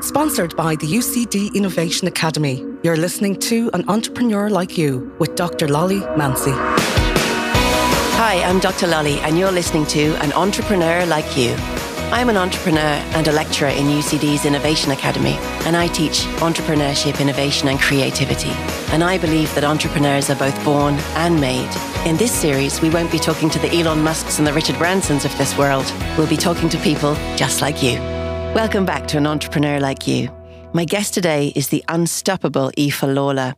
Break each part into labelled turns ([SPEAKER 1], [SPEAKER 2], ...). [SPEAKER 1] Sponsored by the UCD Innovation Academy, you're listening to An Entrepreneur Like You with Dr. Lolly Mancy.
[SPEAKER 2] Hi, I'm Dr. Lolly, and you're listening to An Entrepreneur Like You. I'm an entrepreneur and a lecturer in UCD's Innovation Academy, and I teach entrepreneurship, innovation, and creativity. And I believe that entrepreneurs are both born and made. In this series, we won't be talking to the Elon Musks and the Richard Bransons of this world. We'll be talking to people just like you. Welcome back to An Entrepreneur Like You. My guest today is the unstoppable Aoife Lawler.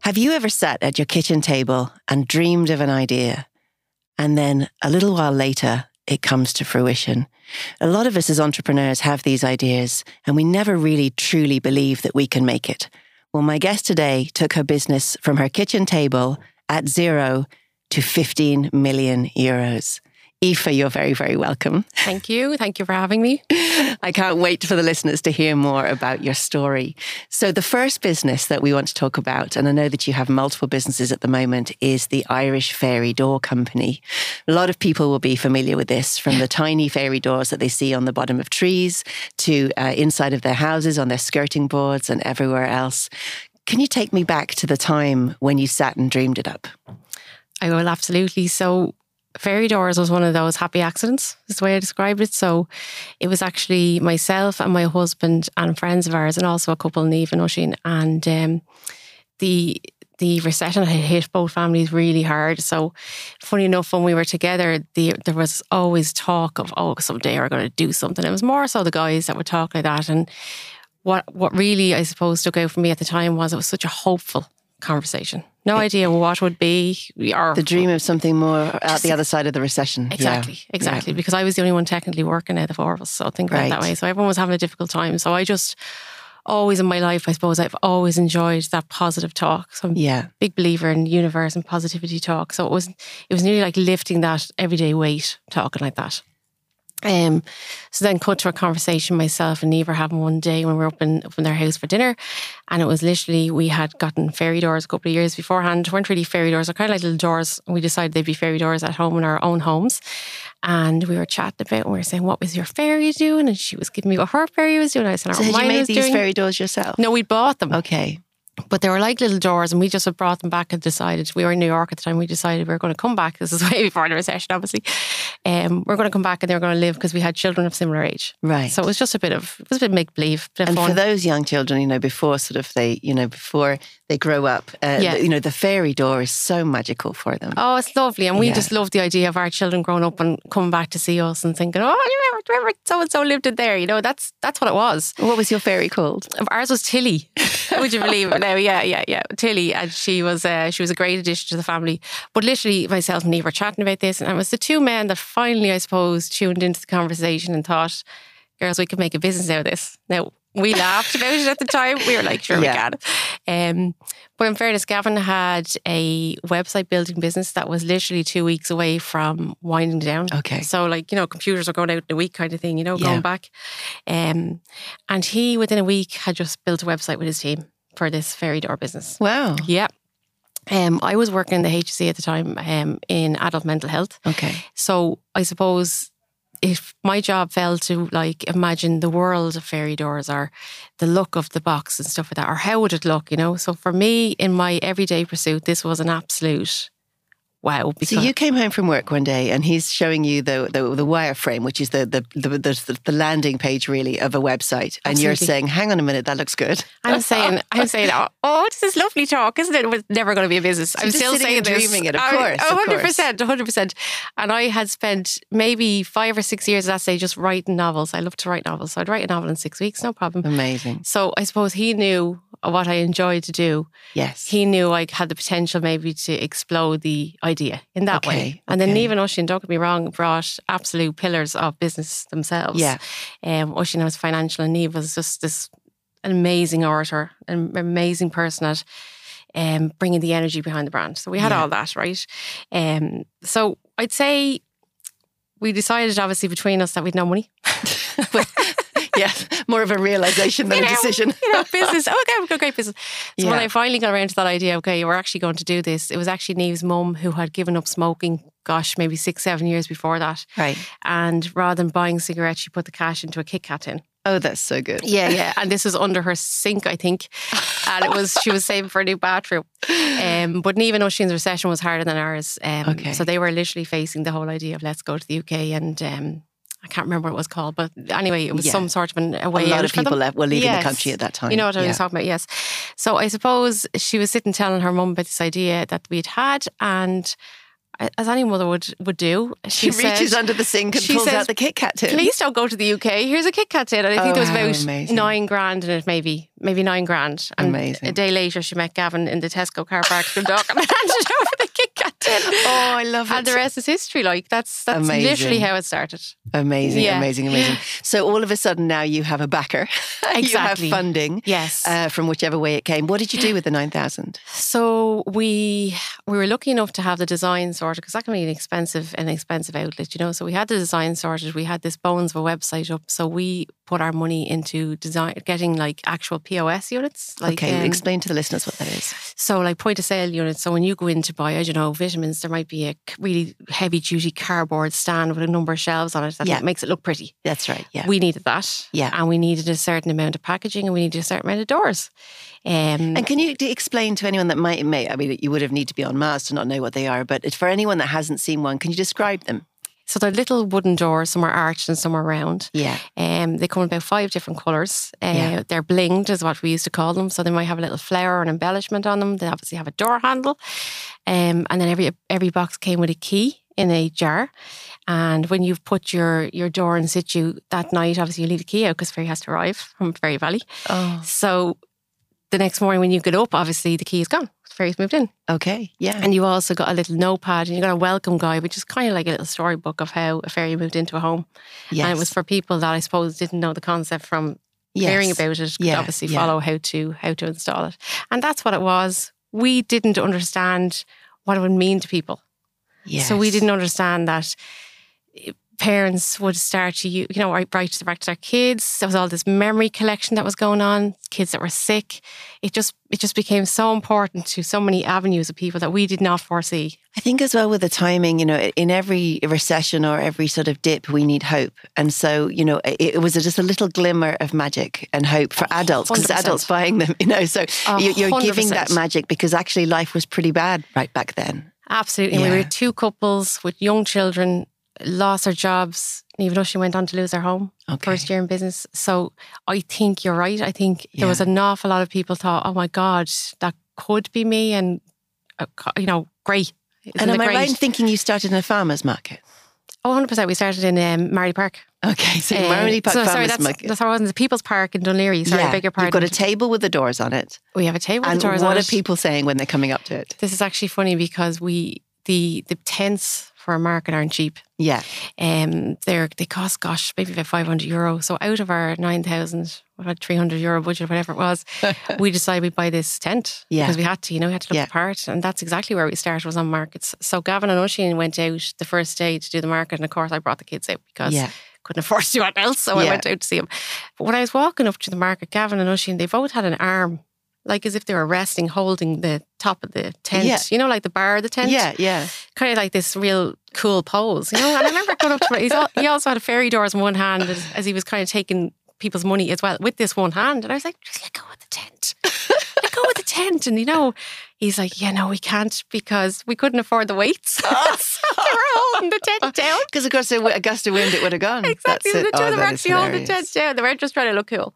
[SPEAKER 2] Have you ever sat at your kitchen table and dreamed of an idea? And then a little while later, it comes to fruition. A lot of us as entrepreneurs have these ideas, and we never really truly believe that we can make it. Well, my guest today took her business from her kitchen table at zero to 15 million euros. Aoife, you're very, very welcome.
[SPEAKER 3] Thank you. Thank you for having me.
[SPEAKER 2] I can't wait for the listeners to hear more about your story. So, the first business that we want to talk about, and I know that you have multiple businesses at the moment, is the Irish Fairy Door Company. A lot of people will be familiar with this from the tiny fairy doors that they see on the bottom of trees to uh, inside of their houses, on their skirting boards, and everywhere else. Can you take me back to the time when you sat and dreamed it up?
[SPEAKER 3] I will absolutely. So, Fairy Doors was one of those happy accidents, is the way I described it. So it was actually myself and my husband and friends of ours, and also a couple, Neve and Usheen. And um, the the recession had hit both families really hard. So, funny enough, when we were together, the, there was always talk of, oh, someday we're going to do something. It was more so the guys that were talking like that. And what, what really, I suppose, took out for me at the time was it was such a hopeful conversation. No idea what would be or
[SPEAKER 2] The dream of something more at the other side of the recession. Yeah.
[SPEAKER 3] Exactly, exactly. Because I was the only one technically working out of the four of us. So think about it that
[SPEAKER 2] Right.
[SPEAKER 3] way. So everyone was having a difficult time. So I just always in my life, I suppose, I've always enjoyed that positive talk. So I'm
[SPEAKER 2] Yeah.
[SPEAKER 3] a big believer in universe and positivity talk. So it was it was nearly like lifting that everyday weight, talking like that. Um, so then cut to a conversation myself and Neve were having one day when we were up in, up in their house for dinner. And it was literally, we had gotten fairy doors a couple of years beforehand. Weren't really fairy doors, they're kind of like little doors. We decided they'd be fairy doors at home in our own homes. And we were chatting about and we were saying, what was your fairy doing? And she was giving me what her fairy was doing. I said,
[SPEAKER 2] So
[SPEAKER 3] "Oh,
[SPEAKER 2] had
[SPEAKER 3] mine
[SPEAKER 2] you made
[SPEAKER 3] was
[SPEAKER 2] these
[SPEAKER 3] doing.
[SPEAKER 2] fairy doors yourself?
[SPEAKER 3] no, we bought them
[SPEAKER 2] Okay.
[SPEAKER 3] but they were like little doors, and we just had brought them back and decided we were in New York at the time. We decided we were going to come back. This is way before the recession, obviously. Um, we are going to come back and they were going to live because we had children of similar age.
[SPEAKER 2] Right.
[SPEAKER 3] So it was just a bit of it was a bit make believe.
[SPEAKER 2] and for those young children, you know, before sort of they, you know, before they grow up, uh,
[SPEAKER 3] Yeah.
[SPEAKER 2] you know, the fairy door is so magical for them.
[SPEAKER 3] Oh, it's lovely. And we
[SPEAKER 2] Yeah.
[SPEAKER 3] just love the idea of our children growing up and coming back to see us and thinking, oh, you remember, remember so and so lived in there. You know, that's that's Oh, what it was.
[SPEAKER 2] What was your fairy called?
[SPEAKER 3] Ours was Tilly. Would you believe it? No, yeah, yeah, yeah. Tilly, and she was uh, she was a great addition to the family. But literally, myself and Eve were chatting about this, and it was the two men that finally, I suppose, tuned into the conversation and thought, "Girls, we could make a business out of this." Now we laughed about it at the time. We were like, "Sure,
[SPEAKER 2] Yeah.
[SPEAKER 3] we can." Um, but in fairness, Gavin had a website building business that was literally two weeks away from winding down.
[SPEAKER 2] Okay.
[SPEAKER 3] So like, you know, computers are going out in a week kind of thing, you know,
[SPEAKER 2] Yeah.
[SPEAKER 3] going back. Um, and he within a week had just built a website with his team for this fairy door business.
[SPEAKER 2] Wow.
[SPEAKER 3] Yeah. Um, I was working in the HC at the time um, in adult mental health.
[SPEAKER 2] Okay.
[SPEAKER 3] So I suppose if my job fell to like imagine the world of fairy doors or the look of the box and stuff like that, or how would it look, you know? So for me, in my everyday pursuit, this was an absolute wow. Because
[SPEAKER 2] So you came home from work one day, and he's showing you the the, the wireframe, which is the the, the the the landing page really of a website, and you're
[SPEAKER 3] Absolutely.
[SPEAKER 2] saying, "Hang on a minute, that looks good."
[SPEAKER 3] I'm saying, I'm saying, oh, oh, this is lovely talk, isn't it? It was never going to be a business. I'm
[SPEAKER 2] just
[SPEAKER 3] still
[SPEAKER 2] sitting
[SPEAKER 3] saying
[SPEAKER 2] and
[SPEAKER 3] this.
[SPEAKER 2] dreaming it, of
[SPEAKER 3] I-
[SPEAKER 2] course, of
[SPEAKER 3] 100%, 100%. And I had spent maybe five or six years, let's say, just writing novels. I love to write novels. So I'd write a novel in six weeks, no problem.
[SPEAKER 2] Amazing.
[SPEAKER 3] So I suppose he knew what I enjoyed to do.
[SPEAKER 2] Yes.
[SPEAKER 3] He knew I had the potential maybe to explode the idea in that
[SPEAKER 2] Okay,
[SPEAKER 3] way. And then
[SPEAKER 2] okay.
[SPEAKER 3] Neve and Ushin, don't get me wrong, brought absolute pillars of business themselves.
[SPEAKER 2] Yeah.
[SPEAKER 3] Um, Ushin was financial and Neve was just this amazing orator, an amazing person at um, bringing the energy behind the brand. So we had
[SPEAKER 2] Yeah.
[SPEAKER 3] all that, right? Um, so I'd say we decided obviously between us that we'd no money.
[SPEAKER 2] yes. More of a realization than
[SPEAKER 3] You
[SPEAKER 2] a
[SPEAKER 3] know,
[SPEAKER 2] decision.
[SPEAKER 3] you know, business. Oh, okay, we've got great business. So when
[SPEAKER 2] Yeah.
[SPEAKER 3] I finally got around to that idea, okay, we're actually going to do this. It was actually Neve's mum who had given up smoking. Gosh, maybe six, seven years before that.
[SPEAKER 2] Right.
[SPEAKER 3] And rather than buying cigarettes, she put the cash into a Kit Kat tin.
[SPEAKER 2] Oh, that's so good.
[SPEAKER 3] Yeah, yeah. And this was under her sink, I think. And it was she was saving for a new bathroom. Um, but Neve and Oisin's recession was harder than ours. Um,
[SPEAKER 2] Okay.
[SPEAKER 3] So they were literally facing the whole idea of let's go to the UK and um, I can't remember what it was called, but anyway, it was
[SPEAKER 2] Yeah.
[SPEAKER 3] some sort of an a
[SPEAKER 2] A
[SPEAKER 3] way
[SPEAKER 2] lot
[SPEAKER 3] out
[SPEAKER 2] of
[SPEAKER 3] for them.
[SPEAKER 2] people left, were leaving
[SPEAKER 3] Yes.
[SPEAKER 2] the country at that time.
[SPEAKER 3] You know what I
[SPEAKER 2] Yeah.
[SPEAKER 3] was talking about, yes. So I suppose she was sitting telling her mum about this idea that we'd had, and as any mother would would do,
[SPEAKER 2] She,
[SPEAKER 3] she,
[SPEAKER 2] reaches
[SPEAKER 3] said,
[SPEAKER 2] under the sink and
[SPEAKER 3] she
[SPEAKER 2] pulls
[SPEAKER 3] says,
[SPEAKER 2] out the Kit Kat tin.
[SPEAKER 3] Please don't go to the UK. Here's a Kit Kat tin. And I think
[SPEAKER 2] Oh,
[SPEAKER 3] there was
[SPEAKER 2] how
[SPEAKER 3] about
[SPEAKER 2] amazing.
[SPEAKER 3] nine grand in it, maybe. Maybe nine grand. And
[SPEAKER 2] Amazing.
[SPEAKER 3] a day later, she met Gavin in the Tesco car park from Dock and handed over the Kit Kat tin.
[SPEAKER 2] Oh, I love
[SPEAKER 3] And
[SPEAKER 2] it.
[SPEAKER 3] the rest is history. Like, that's, that's
[SPEAKER 2] Amazing.
[SPEAKER 3] literally how it started.
[SPEAKER 2] Amazing,
[SPEAKER 3] Yeah.
[SPEAKER 2] amazing, amazing. So all of a sudden now you have a backer.
[SPEAKER 3] Exactly.
[SPEAKER 2] you have funding
[SPEAKER 3] Yes.
[SPEAKER 2] uh, from whichever way it came. What did you do with the 9,000?
[SPEAKER 3] So we we were lucky enough to have the design sorted because that can be an expensive an expensive outlet, you know. So we had the design sorted. We had this bones of a website up. So we put our money into design, getting like actual POS units, like
[SPEAKER 2] okay,
[SPEAKER 3] um,
[SPEAKER 2] explain to the listeners what that is.
[SPEAKER 3] so like point of sale units. So when you go in to buy, I don't know, vitamins, there might be a c- really heavy duty cardboard stand with a number of shelves on it that
[SPEAKER 2] Yeah.
[SPEAKER 3] makes it look pretty.
[SPEAKER 2] That's right. Yeah.
[SPEAKER 3] We needed that,
[SPEAKER 2] Yeah.
[SPEAKER 3] and we needed a certain amount of packaging, and we needed a certain amount of doors. Um,
[SPEAKER 2] and can you d- explain to anyone that might, may, I mean, you would have need to be on Mars to not know what they are, but it- for anyone that hasn't seen one, can you describe them?
[SPEAKER 3] So they're little wooden doors, some are arched and some are round.
[SPEAKER 2] Yeah.
[SPEAKER 3] Um, they come in about five different colours. Uh,
[SPEAKER 2] Yeah.
[SPEAKER 3] They're blinged, is what we used to call them. So they might have a little flower or an embellishment on them. They obviously have a door handle. Um, and then every every box came with a key in a jar. And when you've put your, your door in situ that night, obviously you leave the key out because Ferry has to arrive from Ferry Valley.
[SPEAKER 2] Oh,
[SPEAKER 3] So the next morning when you get up, obviously the key is gone. Ferry's moved in.
[SPEAKER 2] okay. Yeah.
[SPEAKER 3] And you also got a little notepad and you got a welcome guide, which is kind of like a little storybook of how a fairy moved into a home.
[SPEAKER 2] yes.
[SPEAKER 3] And it was for people that I suppose didn't know the concept from hearing
[SPEAKER 2] Yes.
[SPEAKER 3] about it, could
[SPEAKER 2] Yeah,
[SPEAKER 3] obviously
[SPEAKER 2] yeah.
[SPEAKER 3] follow how to how to install it. And that's what it was. We didn't understand what it would mean to people. So we
[SPEAKER 2] Yes.
[SPEAKER 3] didn't understand that eh, parents would start to you you know right right to the back to their kids there was all this memory collection that was going on kids that were sick it just it just became so important to so many avenues of people that we did not foresee
[SPEAKER 2] I think as well with the timing, you know, in every recession or every sort of dip, we need hope. And so, you know, it, it was just a little glimmer of magic and hope for adults because
[SPEAKER 3] 100%.
[SPEAKER 2] adults buying them, you know, so you, you're giving
[SPEAKER 3] 100%.
[SPEAKER 2] that magic because actually life was pretty bad right back then.
[SPEAKER 3] Absolutely. We
[SPEAKER 2] Yeah.
[SPEAKER 3] were two couples with young children, lost their jobs, and even though she went on to lose her home
[SPEAKER 2] Okay.
[SPEAKER 3] first year in business. So I think you're right. I think there was
[SPEAKER 2] Yeah.
[SPEAKER 3] an awful lot of people thought, oh my God, that could be me. And, uh, co- you know, great. Isn't
[SPEAKER 2] and
[SPEAKER 3] it
[SPEAKER 2] am I
[SPEAKER 3] great?
[SPEAKER 2] right in thinking you started in a farmer's market?
[SPEAKER 3] Oh, 100%. We started in um, Marley Park.
[SPEAKER 2] Okay, so
[SPEAKER 3] Uh,
[SPEAKER 2] you're only
[SPEAKER 3] so, sorry,
[SPEAKER 2] farmer's
[SPEAKER 3] that's,
[SPEAKER 2] market.
[SPEAKER 3] that's how it was in the People's Park in Dunleary. Sorry, I beg your
[SPEAKER 2] You've got
[SPEAKER 3] pardon.
[SPEAKER 2] a table with the doors on it.
[SPEAKER 3] we have a table. with
[SPEAKER 2] and
[SPEAKER 3] doors on
[SPEAKER 2] what are
[SPEAKER 3] it.
[SPEAKER 2] people saying when they're coming up to it?
[SPEAKER 3] This is actually funny because we, the, the tents for a market aren't cheap.
[SPEAKER 2] Yeah.
[SPEAKER 3] Um, they're they cost gosh maybe about five hundred euro. So out of our nine thousand, about three hundred euro budget, whatever it was, we decided we'd buy this tent
[SPEAKER 2] Yeah.
[SPEAKER 3] because we had to. You know, we had to look
[SPEAKER 2] Yeah.
[SPEAKER 3] the part, and that's exactly where we started was on markets. So Gavin and Oisin went out the first day to do the market, and of course I brought the kids out because
[SPEAKER 2] Yeah.
[SPEAKER 3] couldn't afford to do anything else, so I
[SPEAKER 2] Yeah.
[SPEAKER 3] went out to see them. But when I was walking up to the market, Gavin and Oisin, they both had an arm. Like as if they were resting, holding the top of the tent.
[SPEAKER 2] Yeah.
[SPEAKER 3] You know, like the bar of the tent
[SPEAKER 2] Yeah, yeah.
[SPEAKER 3] kind of like this real cool pose, you know. And I remember going up to him. He's al- he also had a fairy doors in one hand as, as he was kind of taking people's money as well with this one hand. And I was like, just let go of the tent. Let go of the tent. And you know, he's like, yeah, no, we can't because we couldn't afford the weights. so they were
[SPEAKER 2] Oh.
[SPEAKER 3] holding the tent down.
[SPEAKER 2] Because of course, a w- a gust of wind, it would have gone.
[SPEAKER 3] Exactly.
[SPEAKER 2] That's
[SPEAKER 3] The
[SPEAKER 2] it.
[SPEAKER 3] two
[SPEAKER 2] Oh,
[SPEAKER 3] of them were
[SPEAKER 2] that is
[SPEAKER 3] actually holding the
[SPEAKER 2] hilarious.
[SPEAKER 3] tent down. They were just trying to look cool.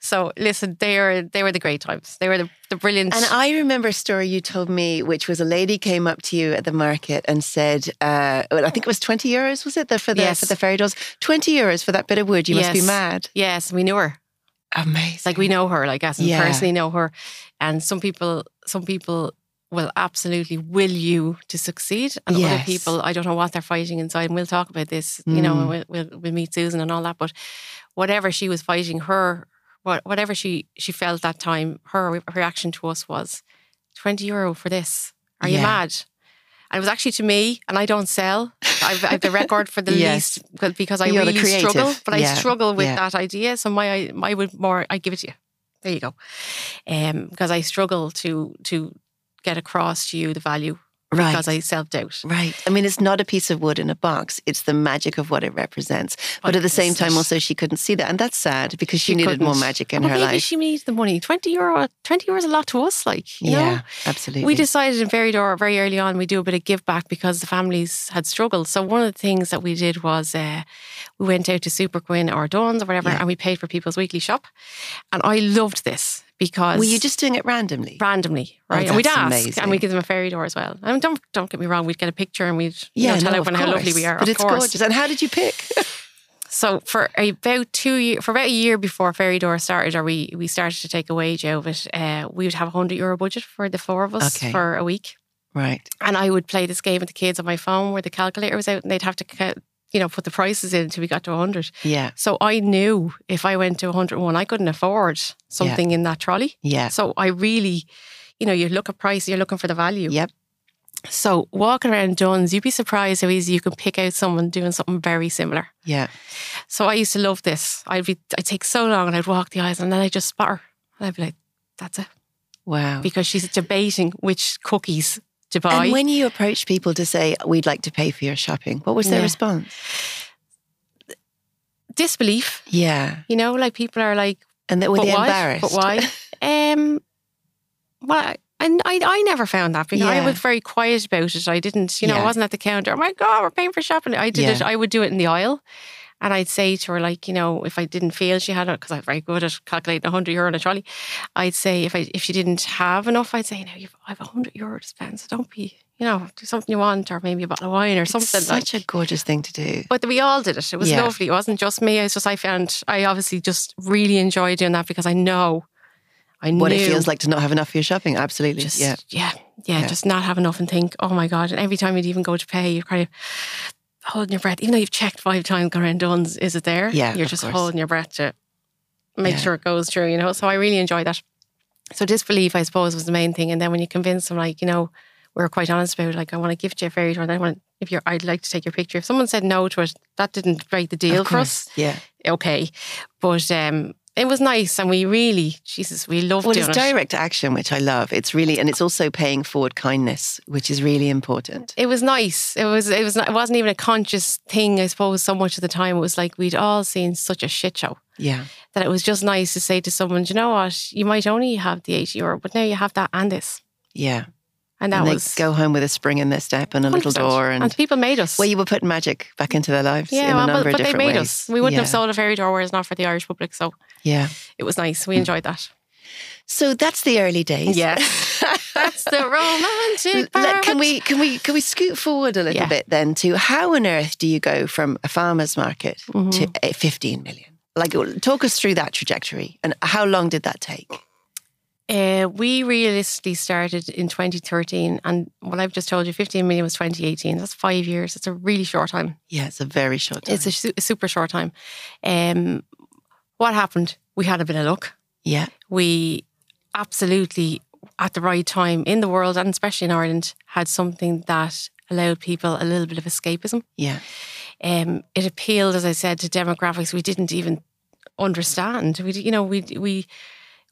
[SPEAKER 3] So listen, they are they were the great times. They were the, the brilliant
[SPEAKER 2] And I remember a story you told me, which was a lady came up to you at the market and said, uh, well, I think it was 20 euros, was it, the, for, the,
[SPEAKER 3] Yes.
[SPEAKER 2] for the fairy dolls? 20 euros for that bit of wood. You must be
[SPEAKER 3] Yes.
[SPEAKER 2] mad.
[SPEAKER 3] Yes, we knew her.
[SPEAKER 2] Amazing.
[SPEAKER 3] Like we know her, like as in
[SPEAKER 2] Yeah.
[SPEAKER 3] personally know her. And some people, some people will absolutely will you to succeed, and other
[SPEAKER 2] Yes.
[SPEAKER 3] people, I don't know what they're fighting inside. And we'll talk about this, you know,
[SPEAKER 2] Mm.
[SPEAKER 3] and we'll, we'll we'll meet Susan and all that. But whatever she was fighting, her what whatever she she felt that time, her re- reaction to us was twenty euro for this. Are you
[SPEAKER 2] Yeah.
[SPEAKER 3] mad? And it was actually to me, and I don't sell. I've, I've the record for the
[SPEAKER 2] Yes.
[SPEAKER 3] least because- because I
[SPEAKER 2] You're the
[SPEAKER 3] really struggle,
[SPEAKER 2] creative.
[SPEAKER 3] but I
[SPEAKER 2] Yeah.
[SPEAKER 3] struggle with
[SPEAKER 2] Yeah.
[SPEAKER 3] that idea. So my I, my would more I give it to you. There you go. Um, because I struggle to to get across to you the value
[SPEAKER 2] Right.
[SPEAKER 3] because I self doubt.
[SPEAKER 2] Right. I mean, it's not a piece of wood in a box. It's the magic of what it represents. But
[SPEAKER 3] What
[SPEAKER 2] at the same
[SPEAKER 3] is
[SPEAKER 2] time,
[SPEAKER 3] it?
[SPEAKER 2] also, she couldn't see that. And that's sad because she,
[SPEAKER 3] Oh, She
[SPEAKER 2] needed more
[SPEAKER 3] couldn't.
[SPEAKER 2] magic in
[SPEAKER 3] Well,
[SPEAKER 2] her
[SPEAKER 3] maybe
[SPEAKER 2] life.
[SPEAKER 3] she needed the money. Twenty euro, twenty euro is a lot to us. Like, you
[SPEAKER 2] yeah,
[SPEAKER 3] know?
[SPEAKER 2] absolutely.
[SPEAKER 3] We decided in Veridor very early on we do a bit of give back because the families had struggled. So one of the things that we did was uh, we went out to Super Quinn or Dawn's or whatever,
[SPEAKER 2] Yeah.
[SPEAKER 3] and we paid for people's weekly shop. And I loved this because
[SPEAKER 2] Were you just doing it randomly?
[SPEAKER 3] randomly,
[SPEAKER 2] Oh,
[SPEAKER 3] right? and we'd
[SPEAKER 2] that's
[SPEAKER 3] ask,
[SPEAKER 2] amazing.
[SPEAKER 3] and we give them a fairy door as well. And don't don't get me wrong, we'd get a picture and we'd you know, tell
[SPEAKER 2] no, of
[SPEAKER 3] everyone how lovely
[SPEAKER 2] course.
[SPEAKER 3] we are.
[SPEAKER 2] But
[SPEAKER 3] of
[SPEAKER 2] it's
[SPEAKER 3] course.
[SPEAKER 2] gorgeous. And how did you pick?
[SPEAKER 3] So for about two year, for about a year before Fairy Door started, or we we started to take a wage out of it, uh, we would have a hundred euro budget for the four of us
[SPEAKER 2] Okay.
[SPEAKER 3] for a week,
[SPEAKER 2] right.
[SPEAKER 3] and I would play this game with the kids on my phone where the calculator was out, and they'd have to ca- you know put the prices in until we got to hundred.
[SPEAKER 2] Yeah.
[SPEAKER 3] So I knew if I went to hundred and one, I couldn't afford something in that trolley.
[SPEAKER 2] Yeah.
[SPEAKER 3] So I really, you know, you look at price, you're looking for the value.
[SPEAKER 2] Yep.
[SPEAKER 3] So walking around Dunn's, you'd be surprised how easy you can pick out someone doing something very similar.
[SPEAKER 2] Yeah.
[SPEAKER 3] So I used to love this. I'd be, I'd take so long and I'd walk the aisles and then I'd just spot her. And I'd be like, that's it.
[SPEAKER 2] Wow.
[SPEAKER 3] Because she's debating which cookies to buy.
[SPEAKER 2] And when you approached people to say, we'd like to pay for your shopping, what was their
[SPEAKER 3] Yeah.
[SPEAKER 2] response?
[SPEAKER 3] Disbelief,
[SPEAKER 2] Yeah.
[SPEAKER 3] you know, like people are like,
[SPEAKER 2] And they, were
[SPEAKER 3] but
[SPEAKER 2] they
[SPEAKER 3] why?
[SPEAKER 2] embarrassed?
[SPEAKER 3] But why? um, well, and I, I never found that because
[SPEAKER 2] Yeah.
[SPEAKER 3] I was very quiet about it. I didn't, you know,
[SPEAKER 2] Yeah.
[SPEAKER 3] I wasn't at the counter. Oh my God, we're paying for shopping. I did
[SPEAKER 2] Yeah.
[SPEAKER 3] it. I would do it in the aisle. And I'd say to her, like, you know, if I didn't feel she had it, because I'm very good at calculating 100 euro on a trolley, I'd say if I if she didn't have enough, I'd say, no, you've, I have 100 euro to spend. So don't be, you know, do something you want or maybe a bottle of wine or something.
[SPEAKER 2] It's such
[SPEAKER 3] like.
[SPEAKER 2] a gorgeous thing to do.
[SPEAKER 3] But we all did it. It was
[SPEAKER 2] Yeah.
[SPEAKER 3] lovely. It wasn't just me. It's just I found I obviously just really enjoy doing that because I know, I
[SPEAKER 2] What
[SPEAKER 3] knew
[SPEAKER 2] it feels like to not have enough for your shopping. Absolutely.
[SPEAKER 3] just
[SPEAKER 2] yeah.
[SPEAKER 3] yeah. yeah,
[SPEAKER 2] Yeah.
[SPEAKER 3] just not have enough and think, oh my god! And every time you'd even go to pay, you're kind of holding your breath, even though you've checked five times. Going around, Dunn's, is it there?
[SPEAKER 2] Yeah,
[SPEAKER 3] you're
[SPEAKER 2] of
[SPEAKER 3] just
[SPEAKER 2] course.
[SPEAKER 3] holding your breath to make
[SPEAKER 2] Yeah.
[SPEAKER 3] sure it goes through. You know, so I really enjoy that. So disbelief, I suppose, was the main thing. And then when you convince them, like you know, we were quite honest about, it, like I want to gift you a fairy tour, and I want if you're, I'd like to take your picture. If someone said no to it, that didn't break the deal
[SPEAKER 2] Of
[SPEAKER 3] for
[SPEAKER 2] course.
[SPEAKER 3] us.
[SPEAKER 2] Yeah.
[SPEAKER 3] Okay, but um, it was nice, and we really, Jesus, we loved
[SPEAKER 2] Well,
[SPEAKER 3] doing
[SPEAKER 2] it's
[SPEAKER 3] it.
[SPEAKER 2] direct action, which I love. It's really, and it's also paying forward kindness, which is really important.
[SPEAKER 3] it was nice. It was it was not, it wasn't even a conscious thing, I suppose. So much of the time, it was like we'd all seen such a shit show
[SPEAKER 2] Yeah.
[SPEAKER 3] that it was just nice to say to someone, "Do you know what? You might only have the eighty euro, but now you have that and this,
[SPEAKER 2] Yeah.
[SPEAKER 3] and that
[SPEAKER 2] and
[SPEAKER 3] was
[SPEAKER 2] they go home with a spring in their step and a little
[SPEAKER 3] 100%.
[SPEAKER 2] door. And,
[SPEAKER 3] people made us.
[SPEAKER 2] well, you were putting magic back into their lives in
[SPEAKER 3] yeah,
[SPEAKER 2] a
[SPEAKER 3] well,
[SPEAKER 2] number
[SPEAKER 3] but,
[SPEAKER 2] of
[SPEAKER 3] but they
[SPEAKER 2] different
[SPEAKER 3] made
[SPEAKER 2] ways.
[SPEAKER 3] us. We wouldn't
[SPEAKER 2] yeah.
[SPEAKER 3] have sold a fairy door where it's not for the Irish public, so
[SPEAKER 2] Yeah.
[SPEAKER 3] it was nice.
[SPEAKER 2] Mm.
[SPEAKER 3] We enjoyed that.
[SPEAKER 2] So that's the early days.
[SPEAKER 3] Yes. That's the romantic
[SPEAKER 2] Let-
[SPEAKER 3] part.
[SPEAKER 2] can we can we can we scoot forward a little
[SPEAKER 3] Yeah.
[SPEAKER 2] bit then to how on earth do you go from a farmer's market to eh, 15 million? Like, talk us through that trajectory and how long did that take?
[SPEAKER 3] Uh, we realistically started in 2013, and what I've just told you, 15 million was 2018. That's five years. It's a really short time.
[SPEAKER 2] Yeah, it's a very short time.
[SPEAKER 3] It's a, su- a super short time. Um, what happened? We had a bit of luck.
[SPEAKER 2] yeah,
[SPEAKER 3] We absolutely, at the right time in the world, and especially in Ireland, had something that allowed people a little bit of escapism.
[SPEAKER 2] yeah,
[SPEAKER 3] Um, it appealed, as I said, to demographics we didn't even understand. We, d- you know, we we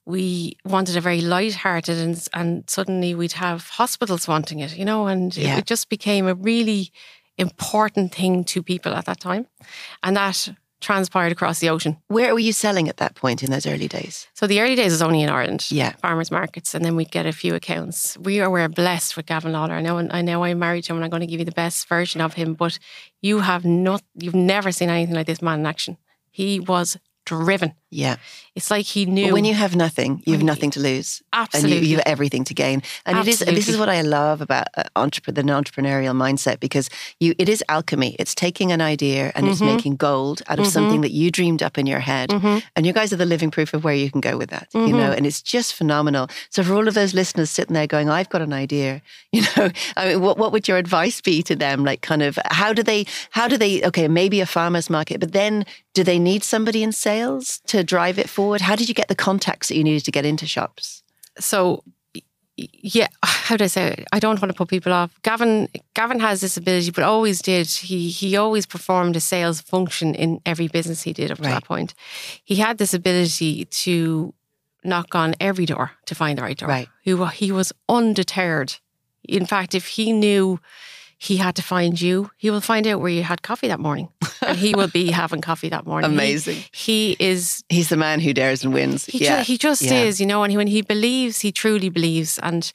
[SPEAKER 3] we wanted a very light-hearted, and and suddenly we'd have hospitals wanting it, you know, and
[SPEAKER 2] Yeah.
[SPEAKER 3] it, it just became a really important thing to people at that time, and that transpired across the ocean.
[SPEAKER 2] Where were you selling at that point in those early days?
[SPEAKER 3] So the early days was only in Ireland,
[SPEAKER 2] Yeah.
[SPEAKER 3] farmers markets, and then we'd get a few accounts. We are were blessed with Gavin Lawler. I know, I know, I married him, and I'm going to give you the best version of him. But you have not, you've never seen anything like this man in action. He was driven.
[SPEAKER 2] Yeah.
[SPEAKER 3] It's like he knew
[SPEAKER 2] But when you have nothing, you have
[SPEAKER 3] When you-
[SPEAKER 2] nothing to lose.
[SPEAKER 3] absolutely.
[SPEAKER 2] And you, you have everything to gain. And it is this is
[SPEAKER 3] Absolutely.
[SPEAKER 2] what I love about uh, entrepre- the entrepreneurial mindset because you it is alchemy. It's taking an idea and it's
[SPEAKER 3] Mhm.
[SPEAKER 2] making gold out of
[SPEAKER 3] Mhm.
[SPEAKER 2] something that you dreamed up in your head.
[SPEAKER 3] Mhm.
[SPEAKER 2] And you guys are the living proof of where you can go with that. You
[SPEAKER 3] Mm-hmm.
[SPEAKER 2] know, and it's just phenomenal. So for all of those listeners sitting there going, I've got an idea, you know, I mean what what would your advice be to them? Like kind of how do they how do they okay, maybe a farmer's market, but then do they need somebody in sales to drive it forward? How did you get the contacts that you needed to get into shops?
[SPEAKER 3] so y- yeah how do i say it? i don't want to put people off gavin gavin has this ability but always did he he always performed a sales function in every business he did up to
[SPEAKER 2] Right.
[SPEAKER 3] that point he had this ability to knock on every door to find the right door
[SPEAKER 2] Right.
[SPEAKER 3] who he was undeterred In fact, if he knew he had to find you, he will find out where you had coffee that morning. And he will be having coffee that morning. He-
[SPEAKER 2] Amazing.
[SPEAKER 3] He, is
[SPEAKER 2] He's the man who dares and wins.
[SPEAKER 3] he, ju-
[SPEAKER 2] yeah.
[SPEAKER 3] he just
[SPEAKER 2] Yeah.
[SPEAKER 3] is, you know, and he, when he believes, he truly believes. And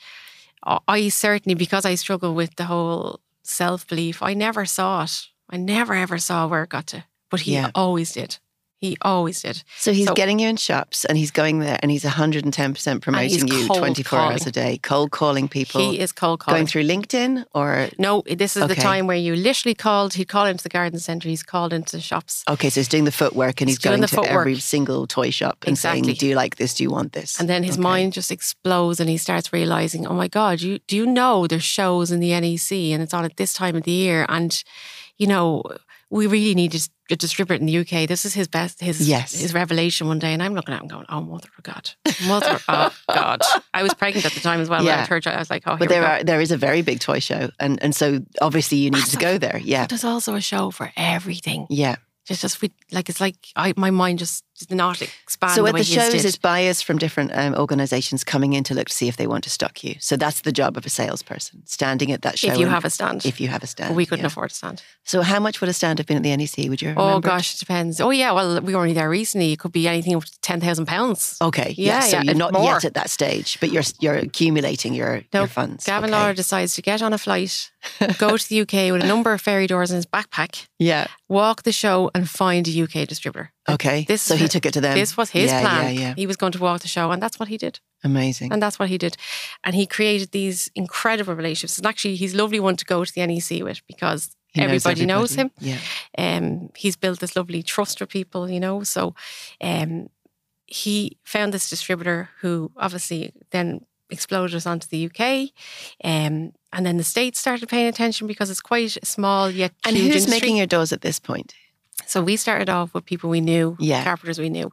[SPEAKER 3] I- I certainly, because I struggle with the whole self belief, I never saw it. I never ever saw where it got to, but he
[SPEAKER 2] Yeah.
[SPEAKER 3] always did. He always did.
[SPEAKER 2] So he's
[SPEAKER 3] So-
[SPEAKER 2] getting you in shops and he's going there and he's 110% promoting you
[SPEAKER 3] cold
[SPEAKER 2] 24 hours
[SPEAKER 3] calling.
[SPEAKER 2] a day, cold calling people,
[SPEAKER 3] He is cold calling.
[SPEAKER 2] going through LinkedIn or.
[SPEAKER 3] no, this is
[SPEAKER 2] Okay.
[SPEAKER 3] the time where you literally called. He'd call into the garden centre. He's called into the shops.
[SPEAKER 2] Okay, so he's doing the footwork and he's,
[SPEAKER 3] He's doing
[SPEAKER 2] going to
[SPEAKER 3] the footwork.
[SPEAKER 2] every single toy shop and
[SPEAKER 3] Exactly.
[SPEAKER 2] saying, Do you like this? Do you want this?
[SPEAKER 3] And then his
[SPEAKER 2] Okay.
[SPEAKER 3] mind just explodes and he starts realizing, oh my God, you do you know there's shows in the NEC and it's on at this time of the year? And, you know, we really need to a distributor in the UK. This is his best his
[SPEAKER 2] Yes.
[SPEAKER 3] his revelation one day. And I'm looking at him going, Oh mother of God. Mother of oh, God. I was pregnant at the time as well. When I
[SPEAKER 2] Yeah.
[SPEAKER 3] heard I was like, Oh, here
[SPEAKER 2] But
[SPEAKER 3] we
[SPEAKER 2] there
[SPEAKER 3] go.
[SPEAKER 2] are there is a very big toy show, and and so obviously you need to
[SPEAKER 3] Massive.
[SPEAKER 2] go there. Yeah,
[SPEAKER 3] there's also a show for everything.
[SPEAKER 2] yeah.
[SPEAKER 3] It's just we like it's like I my mind just did not expand.
[SPEAKER 2] so
[SPEAKER 3] the
[SPEAKER 2] at
[SPEAKER 3] way
[SPEAKER 2] the
[SPEAKER 3] his
[SPEAKER 2] shows,
[SPEAKER 3] did.
[SPEAKER 2] it's buyers from different um, organizations coming in to look to see if they want to stock you. So that's the job of a salesperson, standing at that show.
[SPEAKER 3] if you
[SPEAKER 2] and-
[SPEAKER 3] have a stand.
[SPEAKER 2] if you have a stand,
[SPEAKER 3] we couldn't
[SPEAKER 2] yeah.
[SPEAKER 3] afford a stand.
[SPEAKER 2] So how much would a stand have been at the NEC? Would you? Remember?
[SPEAKER 3] Oh gosh, it depends. Oh yeah, well we were only there recently. It could be anything up to ten thousand pounds.
[SPEAKER 2] Okay.
[SPEAKER 3] Yeah,
[SPEAKER 2] So
[SPEAKER 3] yeah,
[SPEAKER 2] you're
[SPEAKER 3] and
[SPEAKER 2] not
[SPEAKER 3] more.
[SPEAKER 2] yet at that stage, but you're you're accumulating your,
[SPEAKER 3] No,
[SPEAKER 2] your funds.
[SPEAKER 3] Gavin
[SPEAKER 2] okay.
[SPEAKER 3] Laura decides to get on a flight, go to the UK with a number of ferry doors in his backpack,
[SPEAKER 2] Yeah.
[SPEAKER 3] walk the show, and find a UK distributor.
[SPEAKER 2] Okay.
[SPEAKER 3] This
[SPEAKER 2] so
[SPEAKER 3] is
[SPEAKER 2] he
[SPEAKER 3] it.
[SPEAKER 2] took it to them.
[SPEAKER 3] this was his
[SPEAKER 2] Um, yeah,
[SPEAKER 3] plan.
[SPEAKER 2] Yeah. Yeah.
[SPEAKER 3] He was going to walk the show, and that's what he did.
[SPEAKER 2] Amazing.
[SPEAKER 3] And that's what he did. And he created these incredible relationships. And actually, he's a lovely one to go to the NEC with because
[SPEAKER 2] He
[SPEAKER 3] everybody knows him.
[SPEAKER 2] Yeah.
[SPEAKER 3] Um, he's built this lovely trust with people, you know. So um, he found this distributor who obviously then exploded us onto the UK. Um, and then the States started paying attention because it's quite a small yet
[SPEAKER 2] And
[SPEAKER 3] huge
[SPEAKER 2] who's
[SPEAKER 3] industry.
[SPEAKER 2] making your doors at this point?
[SPEAKER 3] so we started off with people we knew,
[SPEAKER 2] Yeah.
[SPEAKER 3] carpenters we knew.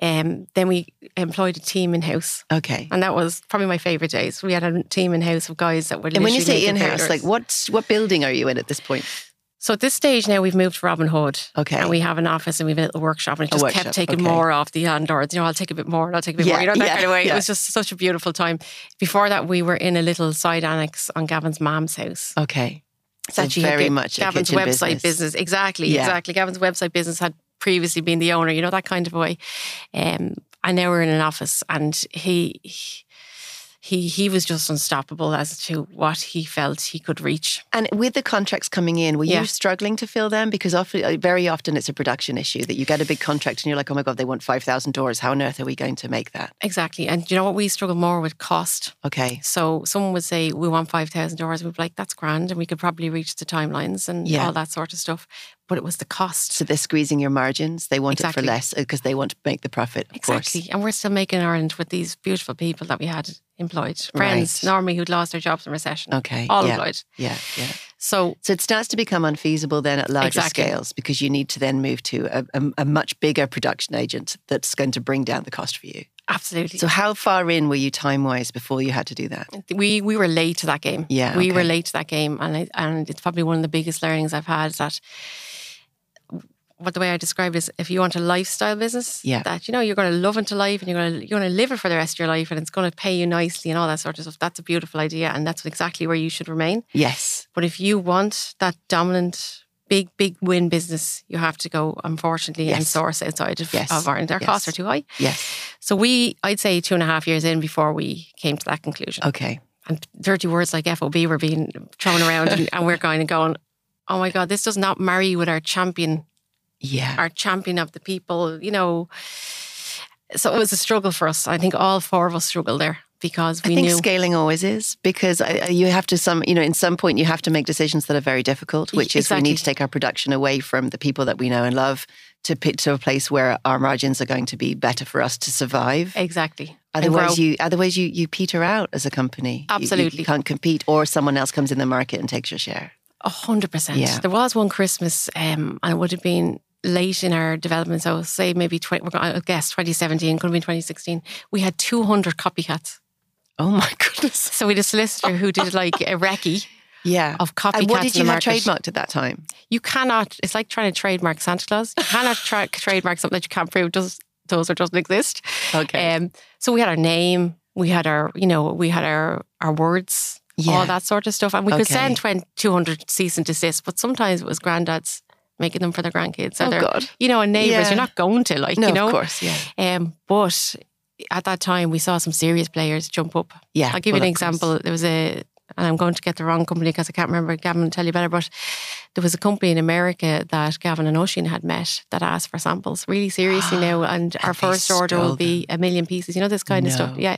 [SPEAKER 3] Um, then we employed a team in house.
[SPEAKER 2] Okay.
[SPEAKER 3] And that was probably my favourite days. We had a team in house of guys that were
[SPEAKER 2] And when you
[SPEAKER 3] literally
[SPEAKER 2] say in
[SPEAKER 3] making
[SPEAKER 2] house,
[SPEAKER 3] powders.
[SPEAKER 2] like what's what building are you in at this point?
[SPEAKER 3] So at this stage now, we've moved to Robin Hood.
[SPEAKER 2] Okay.
[SPEAKER 3] And we have an office and we have a little workshop and it
[SPEAKER 2] A
[SPEAKER 3] just
[SPEAKER 2] workshop,
[SPEAKER 3] kept taking
[SPEAKER 2] okay.
[SPEAKER 3] more off the landlords. You know, I'll take a bit more and I'll take a bit
[SPEAKER 2] Yeah,
[SPEAKER 3] more. You know, that
[SPEAKER 2] yeah,
[SPEAKER 3] kind of way.
[SPEAKER 2] yeah.
[SPEAKER 3] It was just such a beautiful time. Before that, we were in a little side annex on Gavin's mom's house.
[SPEAKER 2] Okay.
[SPEAKER 3] It's
[SPEAKER 2] So
[SPEAKER 3] had
[SPEAKER 2] very
[SPEAKER 3] Ga-
[SPEAKER 2] much a
[SPEAKER 3] Gavin's
[SPEAKER 2] kitchen
[SPEAKER 3] website
[SPEAKER 2] business.
[SPEAKER 3] business. Exactly,
[SPEAKER 2] Yeah.
[SPEAKER 3] exactly. Gavin's website business had previously been the owner, you know, that kind of way. Um, and now we're in an office and he he he was just unstoppable as to what he felt he could reach.
[SPEAKER 2] And with the contracts coming in, were
[SPEAKER 3] Yeah.
[SPEAKER 2] you struggling to fill them? Because often, uh, very often, it's a production issue that you get a big contract and you're like, oh my god, they want five thousand doors. How on earth are we going to make that?
[SPEAKER 3] Exactly. And you know what? We struggle more with cost.
[SPEAKER 2] Okay.
[SPEAKER 3] So someone would say, we want $5,000. We'd be like, that's grand. And we could probably reach the timelines and
[SPEAKER 2] Yeah.
[SPEAKER 3] all that sort of stuff. But it was the cost.
[SPEAKER 2] So they're squeezing your margins. They want it
[SPEAKER 3] Exactly.
[SPEAKER 2] for less because they want to make the profit. Of
[SPEAKER 3] Exactly.
[SPEAKER 2] Course.
[SPEAKER 3] And we're still making Ireland with these beautiful people that we had employed. Friends,
[SPEAKER 2] Right.
[SPEAKER 3] normally who'd lost their jobs in recession.
[SPEAKER 2] Okay.
[SPEAKER 3] All
[SPEAKER 2] yeah.
[SPEAKER 3] employed.
[SPEAKER 2] Yeah. Yeah.
[SPEAKER 3] So
[SPEAKER 2] So it starts to become unfeasible then at larger
[SPEAKER 3] Exactly.
[SPEAKER 2] scales because you need to then move to a, a, a much bigger production agent that's going to bring down the cost for you.
[SPEAKER 3] absolutely.
[SPEAKER 2] So how far in were you time wise before you had to do that?
[SPEAKER 3] we we were late to that game.
[SPEAKER 2] Yeah,
[SPEAKER 3] we were
[SPEAKER 2] okay.
[SPEAKER 3] late to that game, and I, and it's probably one of the biggest learnings I've had is that. What the way I describe it is, if you want a lifestyle business,
[SPEAKER 2] Yeah.
[SPEAKER 3] that you know you're going to love into life and you're going to you're going to live it for the rest of your life and it's going to pay you nicely and all that sort of stuff. That's a beautiful idea, and that's exactly where you should remain.
[SPEAKER 2] Yes.
[SPEAKER 3] But if you want that dominant, big, big win business, you have to go unfortunately and
[SPEAKER 2] Yes.
[SPEAKER 3] source outside of,
[SPEAKER 2] Yes.
[SPEAKER 3] of Ireland. Our
[SPEAKER 2] Yes.
[SPEAKER 3] costs are too high,
[SPEAKER 2] Yes.
[SPEAKER 3] so we I'd say two and a half years in before we came to that conclusion
[SPEAKER 2] Okay.
[SPEAKER 3] and dirty words like FOB were being thrown around, and, and we're going and going, oh my God, this does not marry with our champion,
[SPEAKER 2] Yeah.
[SPEAKER 3] our champion of the people, you know. So it was a struggle for us. I think all four of us struggled there because we
[SPEAKER 2] I think
[SPEAKER 3] knew.
[SPEAKER 2] scaling always is because I, I- you have to some you know in some point you have to make decisions that are very difficult,
[SPEAKER 3] Y-
[SPEAKER 2] which is we
[SPEAKER 3] E-, exactly.
[SPEAKER 2] need to take our production away from the people that we know and love to pit to a place where our margins are going to be better for us to survive.
[SPEAKER 3] Exactly. And
[SPEAKER 2] Otherwise,
[SPEAKER 3] grow.
[SPEAKER 2] you otherwise you you peter out as a company. You- you-
[SPEAKER 3] Absolutely.
[SPEAKER 2] you can't compete, or someone else comes in the market and takes your share.
[SPEAKER 3] A hundred percent.
[SPEAKER 2] Yeah.
[SPEAKER 3] There was one Christmas, um, and it would have been late in our development. So say maybe 20, we're going to guess 2017, could have been 2016. We had 200 copycats.
[SPEAKER 2] Oh my goodness!
[SPEAKER 3] So we had a solicitor who did like a recce
[SPEAKER 2] Yeah.
[SPEAKER 3] of copycats.
[SPEAKER 2] and what
[SPEAKER 3] in
[SPEAKER 2] did
[SPEAKER 3] the
[SPEAKER 2] you have
[SPEAKER 3] market.
[SPEAKER 2] trademarked at that time?
[SPEAKER 3] you cannot. It's like trying to trademark Santa Claus. You cannot tra- trademark something that you can't prove does does or doesn't exist.
[SPEAKER 2] Okay.
[SPEAKER 3] Um, so we had our name, we had our, you know, we had our our words, all
[SPEAKER 2] Yeah.
[SPEAKER 3] that sort of stuff. And we could
[SPEAKER 2] Okay.
[SPEAKER 3] send 20, 200 cease and desist, but sometimes it was granddads making them for their grandkids. Or
[SPEAKER 2] Oh,
[SPEAKER 3] their,
[SPEAKER 2] God.
[SPEAKER 3] You know, and neighbours,
[SPEAKER 2] Yeah.
[SPEAKER 3] you're not going to, like,
[SPEAKER 2] No,
[SPEAKER 3] you know.
[SPEAKER 2] of course, yeah.
[SPEAKER 3] Um, but at that time, we saw some serious players jump up.
[SPEAKER 2] Yeah,
[SPEAKER 3] I'll give
[SPEAKER 2] well,
[SPEAKER 3] you an
[SPEAKER 2] of course.
[SPEAKER 3] example. There was a, and I'm going to get the wrong company because I can't remember. Gavin will tell you better, but there was a company in America that Gavin and Ocean had met that asked for samples really seriously now. And our
[SPEAKER 2] they
[SPEAKER 3] first order
[SPEAKER 2] stole
[SPEAKER 3] will be a million pieces, you know, this kind of stuff.
[SPEAKER 2] No.
[SPEAKER 3] Yeah.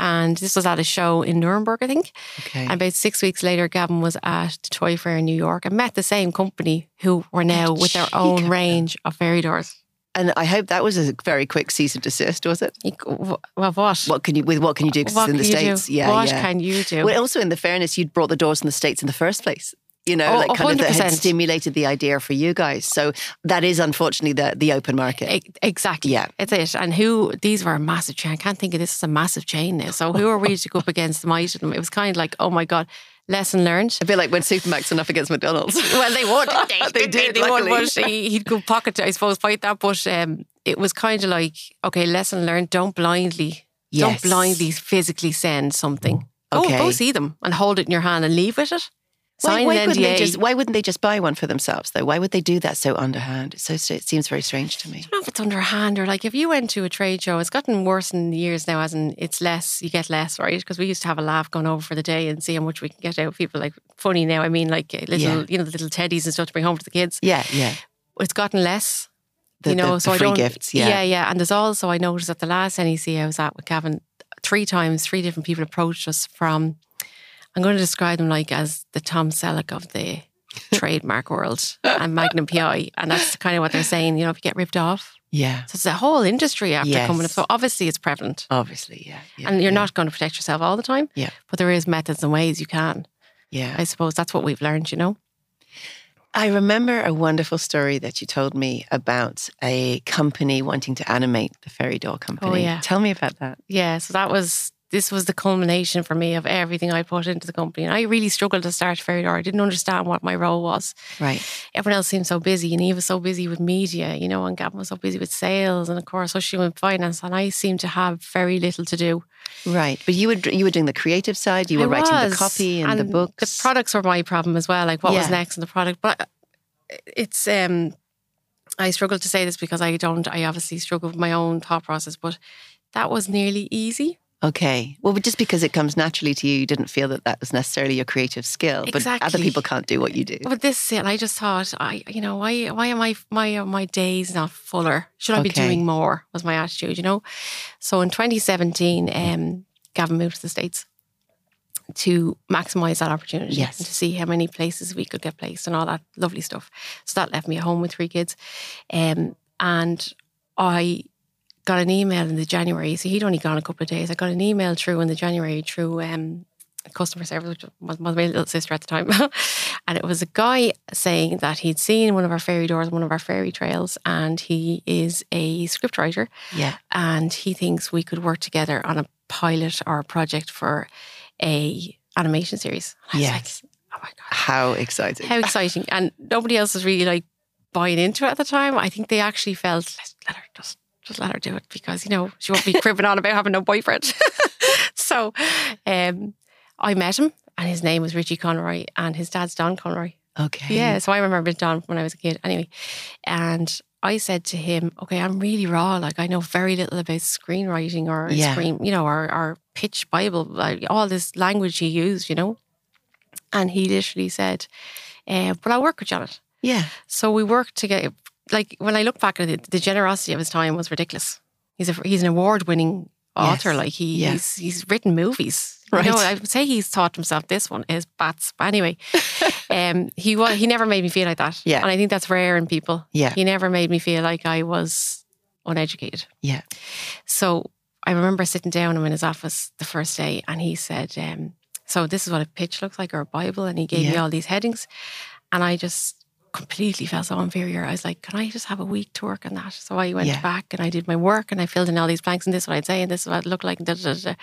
[SPEAKER 3] And this was at a show in Nuremberg, I think.
[SPEAKER 2] Okay.
[SPEAKER 3] And about six weeks later, Gavin was at the Toy Fair in New York and met the same company who were now with their own
[SPEAKER 2] cheek.
[SPEAKER 3] range of fairy doors.
[SPEAKER 2] and I hope that was a very quick cease and desist, was it?
[SPEAKER 3] You go, "Wha- Well, what?
[SPEAKER 2] What can you with what can you do? 'Cause
[SPEAKER 3] What
[SPEAKER 2] it's in the
[SPEAKER 3] can you do?
[SPEAKER 2] states, yeah,
[SPEAKER 3] What
[SPEAKER 2] yeah.
[SPEAKER 3] can you do?
[SPEAKER 2] Well, also in the fairness, you'd brought the doors in the states in the first place. You know,
[SPEAKER 3] Oh,
[SPEAKER 2] like kind of that had
[SPEAKER 3] 100%.
[SPEAKER 2] stimulated the idea for you guys. So that is unfortunately the the open market.
[SPEAKER 3] E- Exactly.
[SPEAKER 2] Yeah.
[SPEAKER 3] It's it. And who, these were a massive chain. I can't think of this as a massive chain now. So who are we to go up against the might of them? It was kind of like, oh my God, lesson learned.
[SPEAKER 2] A bit like when Supermax went up against McDonald's.
[SPEAKER 3] Well, they would. They,
[SPEAKER 2] They
[SPEAKER 3] did. They,
[SPEAKER 2] did,
[SPEAKER 3] would.
[SPEAKER 2] luckily.
[SPEAKER 3] But he, he'd go pocket, I suppose, fight that. But um, it was kind of like, okay, lesson learned. Don't blindly,
[SPEAKER 2] Yes.
[SPEAKER 3] don't blindly physically send something. Go-
[SPEAKER 2] Okay.
[SPEAKER 3] Go, see them and hold it in your hand and leave with it.
[SPEAKER 2] Why,
[SPEAKER 3] Sign
[SPEAKER 2] why
[SPEAKER 3] an
[SPEAKER 2] couldn't
[SPEAKER 3] NDA.
[SPEAKER 2] they just? Why wouldn't they just buy one for themselves though? Why would they do that so underhand? It's So st- it seems very strange to me.
[SPEAKER 3] I don't know if it's underhand or like if you went to a trade show, it's gotten worse in the years now, as in it's less, you get less, right? Because we used to have a laugh going over for the day and see how much we can get out of people. Like funny now, I mean, like uh, little,
[SPEAKER 2] Yeah.
[SPEAKER 3] you know, the little teddies and stuff to bring home to the kids.
[SPEAKER 2] Yeah, yeah.
[SPEAKER 3] It's gotten less,
[SPEAKER 2] The,
[SPEAKER 3] you know,
[SPEAKER 2] the, the
[SPEAKER 3] so I
[SPEAKER 2] free
[SPEAKER 3] don't.
[SPEAKER 2] gifts. Yeah.
[SPEAKER 3] yeah, And there's also, I noticed at the last NEC I was at with Gavin, three times, three different people approached us from, I'm going to describe them like as the Tom Selleck of the trademark world and Magnum PI. And that's kind of what they're saying, you know, if you get ripped off.
[SPEAKER 2] yeah.
[SPEAKER 3] So it's a whole industry after
[SPEAKER 2] Yes.
[SPEAKER 3] coming up. So obviously it's prevalent.
[SPEAKER 2] Obviously, yeah. yeah,
[SPEAKER 3] and you're
[SPEAKER 2] yeah,
[SPEAKER 3] not going to protect yourself all the time.
[SPEAKER 2] Yeah.
[SPEAKER 3] But there is methods and ways you can.
[SPEAKER 2] Yeah.
[SPEAKER 3] I suppose that's what we've learned, you know?
[SPEAKER 2] I remember a wonderful story that you told me about a company wanting to animate the fairy door company.
[SPEAKER 3] Oh, yeah.
[SPEAKER 2] Tell me about that.
[SPEAKER 3] Yeah. So that was this was the culmination for me of everything I put into the company. And I really struggled to start Fairy Door. I didn't understand what my role was.
[SPEAKER 2] Right.
[SPEAKER 3] Everyone else seemed so busy and Eve was so busy with media, you know, and Gavin was so busy with sales and of course Oshie with finance. And I seemed to have very little to do.
[SPEAKER 2] Right. But you were you were doing the creative side, you were
[SPEAKER 3] I
[SPEAKER 2] writing the
[SPEAKER 3] was.
[SPEAKER 2] copy and, the books.
[SPEAKER 3] The products were my problem as well. Like what was
[SPEAKER 2] Yeah.
[SPEAKER 3] next in the product, but uh, it's um, I struggle to say this because I don't. I obviously struggle with my own thought process, but that was nearly easy.
[SPEAKER 2] okay. Well, but just because it comes naturally to you, you didn't feel that that was necessarily your creative skill, but other
[SPEAKER 3] Exactly.
[SPEAKER 2] people can't do what you do.
[SPEAKER 3] But this, and I just thought, I you know, why why am I my are my days not fuller? Should I be
[SPEAKER 2] Okay.
[SPEAKER 3] doing more? Was my attitude, you know. So in 2017, um, Gavin moved to the states. To maximize that opportunity
[SPEAKER 2] Yes.
[SPEAKER 3] and to see how many places we could get placed and all that lovely stuff. So that left me at home with three kids. Um, and I got an email in the January. So he'd only gone a couple of days. I got an email through in the January through um, customer service, which was was my little sister at the time. and it was a guy saying that he'd seen one of our fairy doors, one of our fairy trails, and he is a scriptwriter
[SPEAKER 2] yeah.
[SPEAKER 3] and he thinks we could work together on a pilot or a project for a animation series. And I
[SPEAKER 2] Yes.
[SPEAKER 3] was like, oh my God.
[SPEAKER 2] How exciting.
[SPEAKER 3] How exciting. And nobody else was really like buying into it at the time. I think they actually felt, let's let her just, just let her do it because, you know, she won't be cribbing on about having no boyfriend. so um, I met him and his name was Richie Conroy and his dad's Don Conroy.
[SPEAKER 2] okay.
[SPEAKER 3] Yeah, so I remember Don when I was a kid. Anyway, and I said to him, "Okay, I'm really raw. Like I know very little about screenwriting or
[SPEAKER 2] Yeah.
[SPEAKER 3] screen, you know, or, or pitch Bible, like, all this language he used, you know." And he literally said, uh, "But I'll work with Janet."
[SPEAKER 2] Yeah.
[SPEAKER 3] So we worked together. Like when I look back at it, the generosity of his time was ridiculous. He's a, he's an award winning author.
[SPEAKER 2] Yes.
[SPEAKER 3] Like he,
[SPEAKER 2] Yeah.
[SPEAKER 3] he's he's written movies.
[SPEAKER 2] Right.
[SPEAKER 3] You know, I would say he's taught himself this one is bats. But anyway, um, he was he never made me feel like that.
[SPEAKER 2] Yeah.
[SPEAKER 3] And I think that's rare in people.
[SPEAKER 2] Yeah.
[SPEAKER 3] He never made me feel like I was uneducated.
[SPEAKER 2] Yeah.
[SPEAKER 3] So I remember sitting down with him in his office the first day, and he said, um, "So this is what a pitch looks like, or a Bible," and he gave me
[SPEAKER 2] Yeah.
[SPEAKER 3] all these headings, and I just completely felt so inferior. I was like, "Can I just have a week to work on that?" So I went
[SPEAKER 2] Yeah.
[SPEAKER 3] back and I did my work, and I filled in all these blanks, and this is what I'd say, and this is what it looked like, and da da da. da.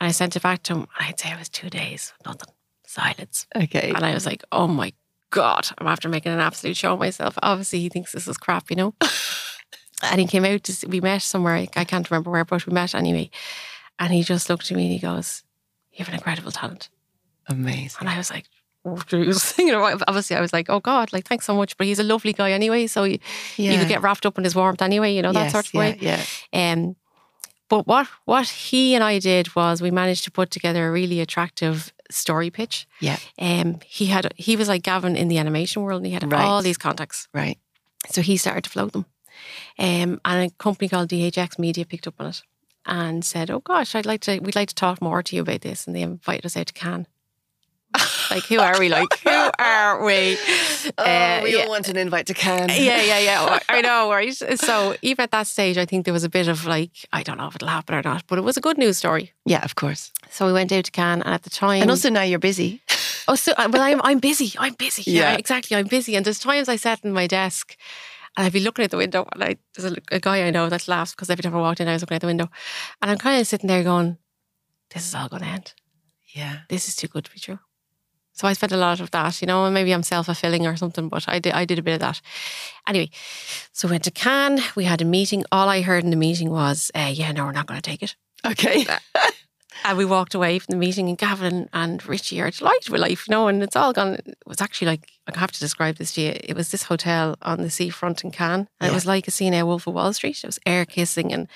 [SPEAKER 3] And I sent it back to him, and I'd say it was two days, nothing, silence.
[SPEAKER 2] Okay.
[SPEAKER 3] And I was like, oh my God, I'm after making an absolute show of myself. Obviously, he thinks this is crap, you know? and he came out to, see- we met somewhere, I I can't remember where, but we met anyway. And he just looked at me and he goes, You have an incredible talent.
[SPEAKER 2] Amazing.
[SPEAKER 3] And I was like, "Oh, he was thinking about obviously I was like, oh God, like thanks so much. But he's a lovely guy anyway. So you, you could get wrapped up in his warmth anyway, you know, that
[SPEAKER 2] Yes,
[SPEAKER 3] sort of
[SPEAKER 2] yeah,
[SPEAKER 3] way.
[SPEAKER 2] Yeah.
[SPEAKER 3] Um but what what he and I did was we managed to put together a really attractive story pitch.
[SPEAKER 2] Yeah.
[SPEAKER 3] Um he had he was like Gavin in the animation world and he had
[SPEAKER 2] Right.
[SPEAKER 3] all these contacts.
[SPEAKER 2] Right.
[SPEAKER 3] So he started to float them. Um, and a company called DHX Media picked up on it and said, Oh gosh, I'd like to we'd like to talk more to you about this. And they invited us out to Cannes. like, who are we? Like, who are we?
[SPEAKER 2] Oh,
[SPEAKER 3] Uh,
[SPEAKER 2] we
[SPEAKER 3] yeah.
[SPEAKER 2] all want an invite to Cannes.
[SPEAKER 3] yeah, yeah, yeah. I know, right? So even at that stage, I think there was a bit of like, I don't know if it'll happen or not, but it was a good news story.
[SPEAKER 2] Yeah, of course.
[SPEAKER 3] So we went out to Cannes, and at the time,
[SPEAKER 2] And also now you're busy.
[SPEAKER 3] Oh, so well, I'm I'm busy. I'm busy. Yeah,
[SPEAKER 2] Yeah.
[SPEAKER 3] exactly. I'm busy. And there's times I sat in my desk, and I'd be looking at the window. And I, there's a, a guy I know that laughs because every time I walked in, I was looking at the window, and I'm kind of sitting there going, "This is all going to end.
[SPEAKER 2] Yeah.
[SPEAKER 3] This is too good to be true." So I spent a lot of that, you know, and maybe I'm self fulfilling or something, but I did I did a bit of that. Anyway, so we went to Cannes. We had a meeting. All I heard in the meeting was, uh, "Yeah, no, we're not going to take it."
[SPEAKER 2] Okay.
[SPEAKER 3] And we walked away from the meeting, and Gavin and Richie are delighted with life, you know, and it's all gone. It was actually like, I have to describe this to you. It was this hotel on the seafront in Cannes, and it
[SPEAKER 2] Yeah.
[SPEAKER 3] was like a scene out of Wolf of Wall Street. It was air kissing, and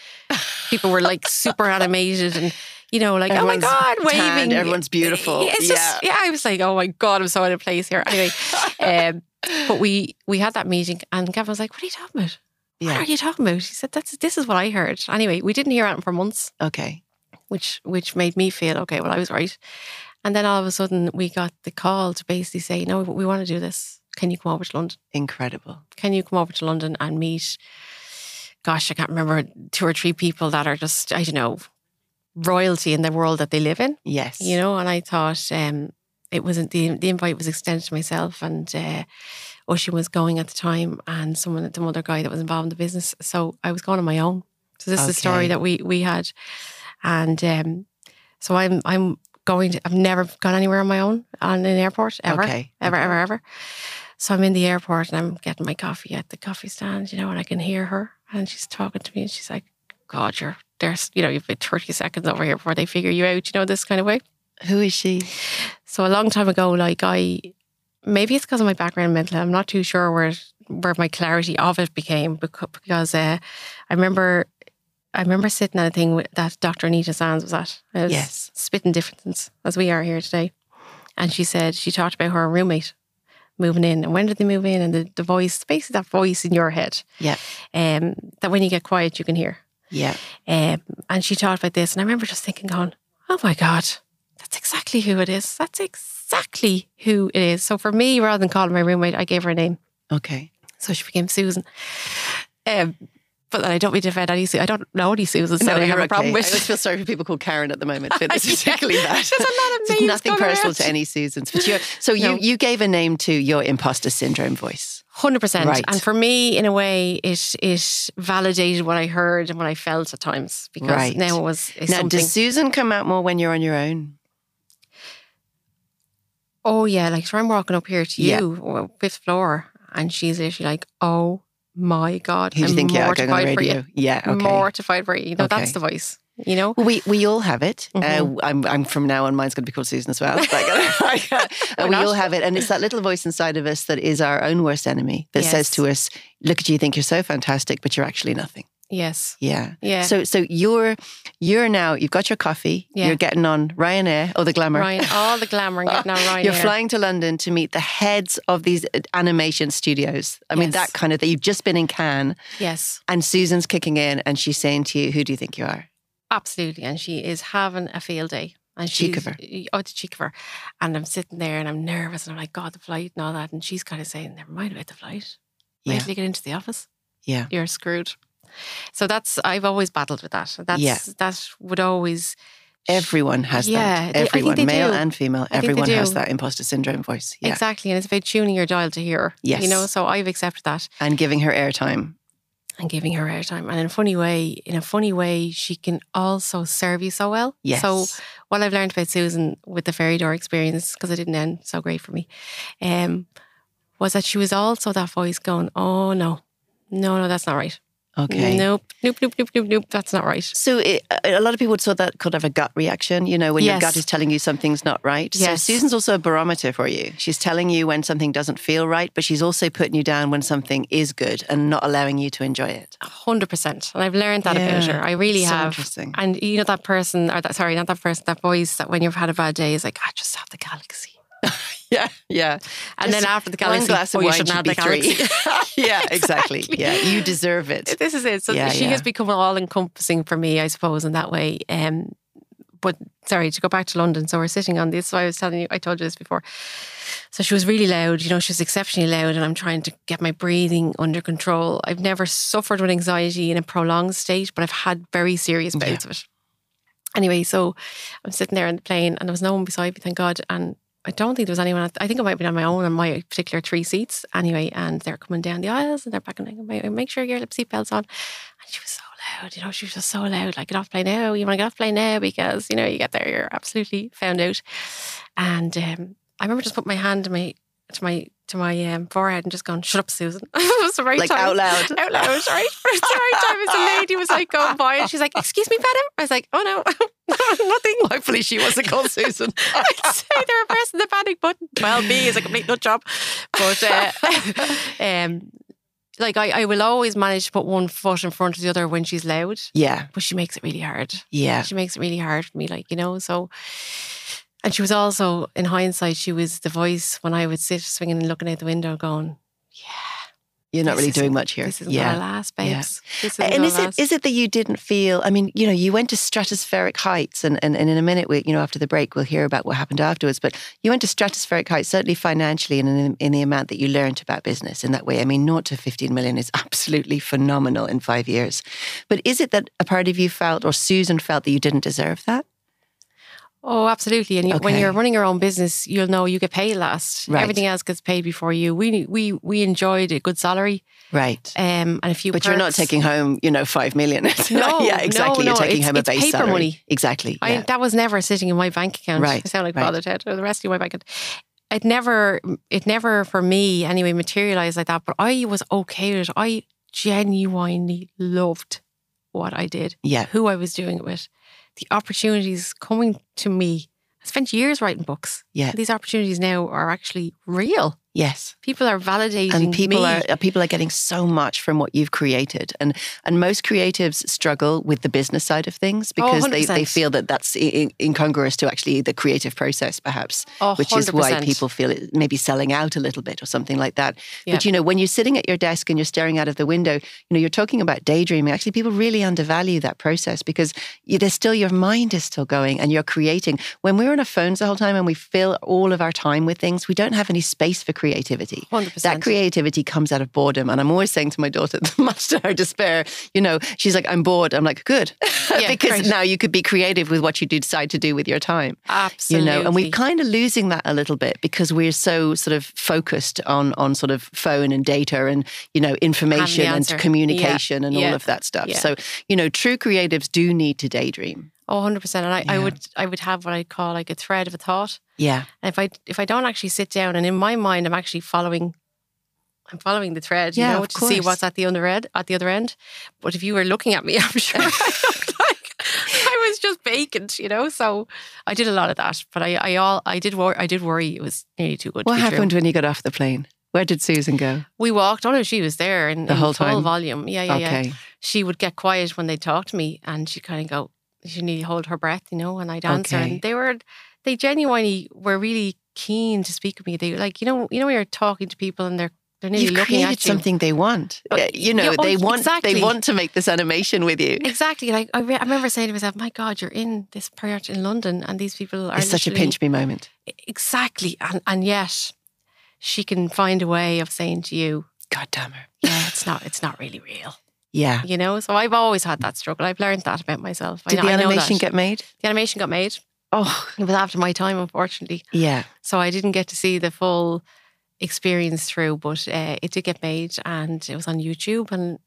[SPEAKER 3] people were like super animated, and, you know, like,
[SPEAKER 2] Everyone's
[SPEAKER 3] oh my God, waving.
[SPEAKER 2] tanned, everyone's beautiful.
[SPEAKER 3] It's just, yeah, I was like, oh my God, I'm so out of place here. Anyway, um, but we we had that meeting, and Gavin was like, what are you talking about?
[SPEAKER 2] Yeah.
[SPEAKER 3] What are you talking about? He said, That's, this is what I heard. Anyway, we didn't hear anything for months
[SPEAKER 2] Okay.
[SPEAKER 3] which which made me feel okay. Well, I was right. And then all of a sudden, we got the call to basically say, "No, we want to do this. Can you come over to London?
[SPEAKER 2] Incredible.
[SPEAKER 3] Can you come over to London and meet?" Gosh, I can't remember two or three people that are just I don't know royalty in the world that they live in,
[SPEAKER 2] Yes.
[SPEAKER 3] you know. And I thought um, it wasn't the the invite was extended to myself and uh, Ocean was going at the time, and someone the other guy that was involved in the business. So I was going on my own. So this is the story
[SPEAKER 2] Okay.
[SPEAKER 3] that we we had and um, so I'm I'm going to I've never gone anywhere on my own on an airport ever
[SPEAKER 2] Okay.
[SPEAKER 3] ever ever ever. So I'm in the airport and I'm getting my coffee at the coffee stand, you know, and I can hear her and she's talking to me and she's like, "God, you're there's you know you've been 30 seconds over here before they figure you out, you know, this kind of way."
[SPEAKER 2] Who is she?
[SPEAKER 3] So a long time ago, like I maybe it's because of my background in mental. health, I'm not too sure where where my clarity of it became becau- because uh, I remember I remember sitting at a thing with, that Dr. Anita Sands was at. It was
[SPEAKER 2] Yes.
[SPEAKER 3] spitting differences as we are here today, and she said she talked about her roommate moving in and when did they move in and the, the voice basically that voice in your head
[SPEAKER 2] Yeah.
[SPEAKER 3] um that when you get quiet you can hear
[SPEAKER 2] Yeah.
[SPEAKER 3] um, and she talked about this, and I remember just thinking, going, "Oh my god, that's exactly who it is. That's exactly who it is." So for me, rather than calling my roommate, I gave her a name,
[SPEAKER 2] Okay.
[SPEAKER 3] so she became Susan. Um, but I don't mean to offend any. Su- I don't know any Susans. so I have
[SPEAKER 2] you're
[SPEAKER 3] a problem
[SPEAKER 2] okay.
[SPEAKER 3] with.
[SPEAKER 2] I always feel sorry for people called Karen at the moment, but it's
[SPEAKER 3] Yeah.
[SPEAKER 2] particularly that.
[SPEAKER 3] There's a lot of
[SPEAKER 2] It's
[SPEAKER 3] names
[SPEAKER 2] nothing
[SPEAKER 3] going
[SPEAKER 2] personal
[SPEAKER 3] around.
[SPEAKER 2] to any Susans. But you're, so
[SPEAKER 3] No.
[SPEAKER 2] you you gave a name to your imposter syndrome voice.
[SPEAKER 3] Hundred percent,
[SPEAKER 2] Right.
[SPEAKER 3] and for me, in a way, it it validated what I heard and what I felt at times because
[SPEAKER 2] Right.
[SPEAKER 3] now it was it's
[SPEAKER 2] now,
[SPEAKER 3] something.
[SPEAKER 2] does Susan come out more when you're on your own?
[SPEAKER 3] oh yeah, like so I'm walking up here to
[SPEAKER 2] Yeah.
[SPEAKER 3] you, well, fifth floor, and she's literally like, "Oh my god,
[SPEAKER 2] Who do
[SPEAKER 3] I'm
[SPEAKER 2] you think you are going on
[SPEAKER 3] mortified for you."
[SPEAKER 2] radio? Yeah. Okay.
[SPEAKER 3] mortified for you. You know,
[SPEAKER 2] Okay.
[SPEAKER 3] that's the voice. You know,
[SPEAKER 2] Well, we we all have it.
[SPEAKER 3] Mhm.
[SPEAKER 2] Uh, I'm, I'm from now on. Mine's going to be called Susan as well. and we
[SPEAKER 3] not?
[SPEAKER 2] all have it, and it's that little voice inside of us that is our own worst enemy that says
[SPEAKER 3] Yes.
[SPEAKER 2] to us, "Look at you, you think you're so fantastic, but you're actually nothing."
[SPEAKER 3] yes,
[SPEAKER 2] Yeah.
[SPEAKER 3] yeah.
[SPEAKER 2] So so you're you're now you've got your coffee.
[SPEAKER 3] Yeah.
[SPEAKER 2] You're getting on Ryanair or the glamour.
[SPEAKER 3] Ryan, all the glamour and getting on Ryan.
[SPEAKER 2] You're flying to London to meet the heads of these uh, animation studios. I mean,
[SPEAKER 3] Yes.
[SPEAKER 2] that kind of thing. You've just been in Cannes,
[SPEAKER 3] Yes,
[SPEAKER 2] and Susan's kicking in, and she's saying to you, "Who do you think you are?"
[SPEAKER 3] absolutely. And she is having a field day. And
[SPEAKER 2] Cheek of
[SPEAKER 3] she's- Oh, the cheek of her. And I'm sitting there and I'm nervous and I'm like, God, the flight and all that. And she's kind of saying, never mind about the flight. Wait
[SPEAKER 2] Yeah.
[SPEAKER 3] till you get into the office.
[SPEAKER 2] Yeah.
[SPEAKER 3] You're screwed. So that's, I've always battled with that. That's,
[SPEAKER 2] Yeah.
[SPEAKER 3] that would always,
[SPEAKER 2] Everyone has
[SPEAKER 3] Yeah,
[SPEAKER 2] that.
[SPEAKER 3] they- I think
[SPEAKER 2] Everyone,
[SPEAKER 3] they
[SPEAKER 2] male
[SPEAKER 3] do.
[SPEAKER 2] and female,
[SPEAKER 3] think they
[SPEAKER 2] everyone has
[SPEAKER 3] do.
[SPEAKER 2] that imposter syndrome voice. Yeah.
[SPEAKER 3] exactly. And it's about tuning your dial to hear.
[SPEAKER 2] Yes.
[SPEAKER 3] You know, so I've accepted that.
[SPEAKER 2] And giving her airtime.
[SPEAKER 3] and giving her airtime. And in a funny way, in a funny way, she can also serve you so well.
[SPEAKER 2] Yes.
[SPEAKER 3] So what I've learned about Susan with the fairy door experience, because it didn't end so great for me, um, was that she was also that voice going, "Oh no, no, no, that's not right."
[SPEAKER 2] Okay.
[SPEAKER 3] Nope, nope, nope, nope, nope, nope. That's not right.
[SPEAKER 2] So it, a lot of people would sort that could have a gut reaction, you know, when your
[SPEAKER 3] Yes.
[SPEAKER 2] gut is telling you something's not right.
[SPEAKER 3] Yes.
[SPEAKER 2] So Susan's also a barometer for you. She's telling you when something doesn't feel right, but she's also putting you down when something is good and not allowing you to enjoy it.
[SPEAKER 3] Hundred percent, and I've learned that about
[SPEAKER 2] Yeah.
[SPEAKER 3] her. I really
[SPEAKER 2] So
[SPEAKER 3] have.
[SPEAKER 2] interesting.
[SPEAKER 3] And you know that person, or that sorry, not that person, that voice that when you've had a bad day is like, I just have the galaxy,
[SPEAKER 2] Yeah, yeah.
[SPEAKER 3] and then after the galaxy,
[SPEAKER 2] one glass of
[SPEAKER 3] oh, you
[SPEAKER 2] wine
[SPEAKER 3] shouldn't
[SPEAKER 2] should
[SPEAKER 3] have
[SPEAKER 2] be
[SPEAKER 3] the galaxy.
[SPEAKER 2] three. yeah, exactly. Yeah, you deserve it.
[SPEAKER 3] this is it. So
[SPEAKER 2] Yeah,
[SPEAKER 3] she
[SPEAKER 2] yeah.
[SPEAKER 3] has become all encompassing for me, I suppose, in that way. Um, but sorry to go back to London. So we're sitting on this. So I was telling you, I told you this before. So she was really loud. You know, she was exceptionally loud, and I'm trying to get my breathing under control. I've never suffered with anxiety in a prolonged state, but I've had very serious bouts of it. Anyway, so I'm sitting there in the plane, and there was no one beside me, thank God. And I don't think there was anyone. At, I think I might have been on my own on my particular three seats anyway. And they're coming down the aisles and they're back and like, "Make- make sure your seatbelt's on. And she was so loud, you know, she was just so loud. Like, get off plane now. You want to get off plane now because, you know, you get there, you're absolutely found out. And um, I remember just putting my hand to my, to my, to my um, forehead and just going, shut up, Susan. it was the right
[SPEAKER 2] Like
[SPEAKER 3] time
[SPEAKER 2] out loud.
[SPEAKER 3] out loud, right? For the third time, as a lady was like going by, and she's like, "Excuse me, madam." I was like, "Oh no, nothing."
[SPEAKER 2] Hopefully she wasn't called Susan.
[SPEAKER 3] I'd say they were pressing the panic button. Well, me is a complete nut job, but uh, um, like I, I will always manage to put one foot in front of the other when she's loud,
[SPEAKER 2] yeah,
[SPEAKER 3] but she makes it really hard.
[SPEAKER 2] yeah.
[SPEAKER 3] She makes it really hard for me, like, you know, so. And she was also, in hindsight, she was the voice when I would sit swinging and looking out the window going,
[SPEAKER 2] You're not
[SPEAKER 3] This
[SPEAKER 2] really doing
[SPEAKER 3] isn't-
[SPEAKER 2] much here.
[SPEAKER 3] This isn't
[SPEAKER 2] yeah.
[SPEAKER 3] going to last,
[SPEAKER 2] Yeah.
[SPEAKER 3] babes. This isn't
[SPEAKER 2] And
[SPEAKER 3] gonna
[SPEAKER 2] is it
[SPEAKER 3] last."
[SPEAKER 2] is it that you didn't feel? I mean, you know, you went to stratospheric heights, and, and, and in a minute, we, you know, after the break, we'll hear about what happened afterwards. But you went to stratospheric heights, certainly financially, and in, in the amount that you learned about business in that way. I mean, naught to fifteen million is absolutely phenomenal in five years. But is it that a part of you felt, or Susan felt, that you didn't deserve that?
[SPEAKER 3] Oh, absolutely. And you, when
[SPEAKER 2] Okay.
[SPEAKER 3] you're running your own business, you'll know you get paid last.
[SPEAKER 2] Right.
[SPEAKER 3] Everything else gets paid before you. We we we enjoyed a good salary,
[SPEAKER 2] Right.
[SPEAKER 3] um, and a few.
[SPEAKER 2] But you're not
[SPEAKER 3] perks.
[SPEAKER 2] taking home, you know, five million. It's not-
[SPEAKER 3] No,
[SPEAKER 2] yeah,
[SPEAKER 3] no,
[SPEAKER 2] exactly.
[SPEAKER 3] no,
[SPEAKER 2] you're taking
[SPEAKER 3] it's-
[SPEAKER 2] home a
[SPEAKER 3] it's
[SPEAKER 2] base
[SPEAKER 3] paper
[SPEAKER 2] salary.
[SPEAKER 3] money.
[SPEAKER 2] Exactly.
[SPEAKER 3] I,
[SPEAKER 2] yeah.
[SPEAKER 3] That was never sitting in my bank account.
[SPEAKER 2] Right,
[SPEAKER 3] I sound like
[SPEAKER 2] right.
[SPEAKER 3] Father Ted or the rest of my bank account. It never, it never for me anyway materialized like that. But I was okay with it. I genuinely loved what I did.
[SPEAKER 2] yeah.
[SPEAKER 3] who I was doing it with, the opportunities coming to me. I spent years writing books.
[SPEAKER 2] Yeah.
[SPEAKER 3] These opportunities now are actually real.
[SPEAKER 2] Yes.
[SPEAKER 3] People are validating
[SPEAKER 2] and people
[SPEAKER 3] me.
[SPEAKER 2] are uh, people are getting so much from what you've created and and most creatives struggle with the business side of
[SPEAKER 3] Oh,
[SPEAKER 2] things because they, they
[SPEAKER 3] 100%.
[SPEAKER 2] feel that that's in, incongruous to actually the creative process perhaps
[SPEAKER 3] Oh,
[SPEAKER 2] which is why
[SPEAKER 3] 100%.
[SPEAKER 2] people feel it maybe selling out a little bit or something like that
[SPEAKER 3] Yeah.
[SPEAKER 2] but you know when you're sitting at your desk and you're staring out of the window you know you're talking about daydreaming actually people really undervalue that process because you, there's still your mind is still going and you're creating when we're on our phones the whole time and we fill all of our time with things we don't have any space for creativity
[SPEAKER 3] 100%.
[SPEAKER 2] that creativity comes out of boredom. And I'm always saying to my daughter, much to her despair, you know, she's like, I'm bored. I'm like, good.
[SPEAKER 3] Yeah,
[SPEAKER 2] because
[SPEAKER 3] great.
[SPEAKER 2] now you could be creative with what you do decide to do with your time.
[SPEAKER 3] Absolutely.
[SPEAKER 2] You know, and we're kind of losing that a little bit because we're so sort of focused on on sort of phone and data and you know information and
[SPEAKER 3] answer. Yeah,
[SPEAKER 2] communication and all
[SPEAKER 3] yeah,
[SPEAKER 2] of that stuff.
[SPEAKER 3] yeah.
[SPEAKER 2] So you know, true creatives do need to daydream.
[SPEAKER 3] Oh, 100%. And I, I
[SPEAKER 2] Yeah.
[SPEAKER 3] would I would have what I'd call like a thread of a thought.
[SPEAKER 2] Yeah,
[SPEAKER 3] And if I if I don't actually sit down and in my mind I'm actually following I'm following the thread,
[SPEAKER 2] Yeah,
[SPEAKER 3] you know,
[SPEAKER 2] of
[SPEAKER 3] to see
[SPEAKER 2] course.
[SPEAKER 3] what's at the other end at the other end. But if you were looking at me, I'm sure I looked like I was just vacant, you know. So I did a lot of that. But I, I all I did wor- I did worry it was nearly too good
[SPEAKER 2] what
[SPEAKER 3] to be true.
[SPEAKER 2] happened when you got off the plane? Where did Susan go?
[SPEAKER 3] We walked, oh no, she was there in,
[SPEAKER 2] The
[SPEAKER 3] in
[SPEAKER 2] whole
[SPEAKER 3] full
[SPEAKER 2] time?
[SPEAKER 3] volume. Yeah, yeah, yeah.
[SPEAKER 2] okay,
[SPEAKER 3] She would get quiet when they talked to me and she'd kind of go, she nearly hold her breath, you know, and I'd answer.
[SPEAKER 2] Okay.
[SPEAKER 3] And they were they genuinely were really keen to speak with me. They like, you know, you know, when you're talking to people and they're they're nearly
[SPEAKER 2] you've
[SPEAKER 3] looking
[SPEAKER 2] created
[SPEAKER 3] at you.
[SPEAKER 2] something they want.
[SPEAKER 3] Uh,
[SPEAKER 2] Uh, you know,
[SPEAKER 3] yeah, oh,
[SPEAKER 2] they want
[SPEAKER 3] exactly.
[SPEAKER 2] they want to make this animation with you.
[SPEAKER 3] Exactly. Like I, re- I remember saying to myself, "My God, you're in this project in London, and these people are
[SPEAKER 2] It's such a
[SPEAKER 3] literally- e,
[SPEAKER 2] pinch me moment.
[SPEAKER 3] Exactly, and and yet she can find a way of saying to you,
[SPEAKER 2] God damn her.
[SPEAKER 3] "Yeah, it's not, it's not really real,"
[SPEAKER 2] Yeah.
[SPEAKER 3] you know. So I've always had that struggle. I've learned that about myself.
[SPEAKER 2] Did
[SPEAKER 3] I,
[SPEAKER 2] the
[SPEAKER 3] I know
[SPEAKER 2] animation
[SPEAKER 3] that.
[SPEAKER 2] get made?
[SPEAKER 3] the animation got made?
[SPEAKER 2] Oh,
[SPEAKER 3] It was after my time, unfortunately,
[SPEAKER 2] yeah.
[SPEAKER 3] so I didn't get to see the full experience through. But uh, it did get made, and it was on YouTube, and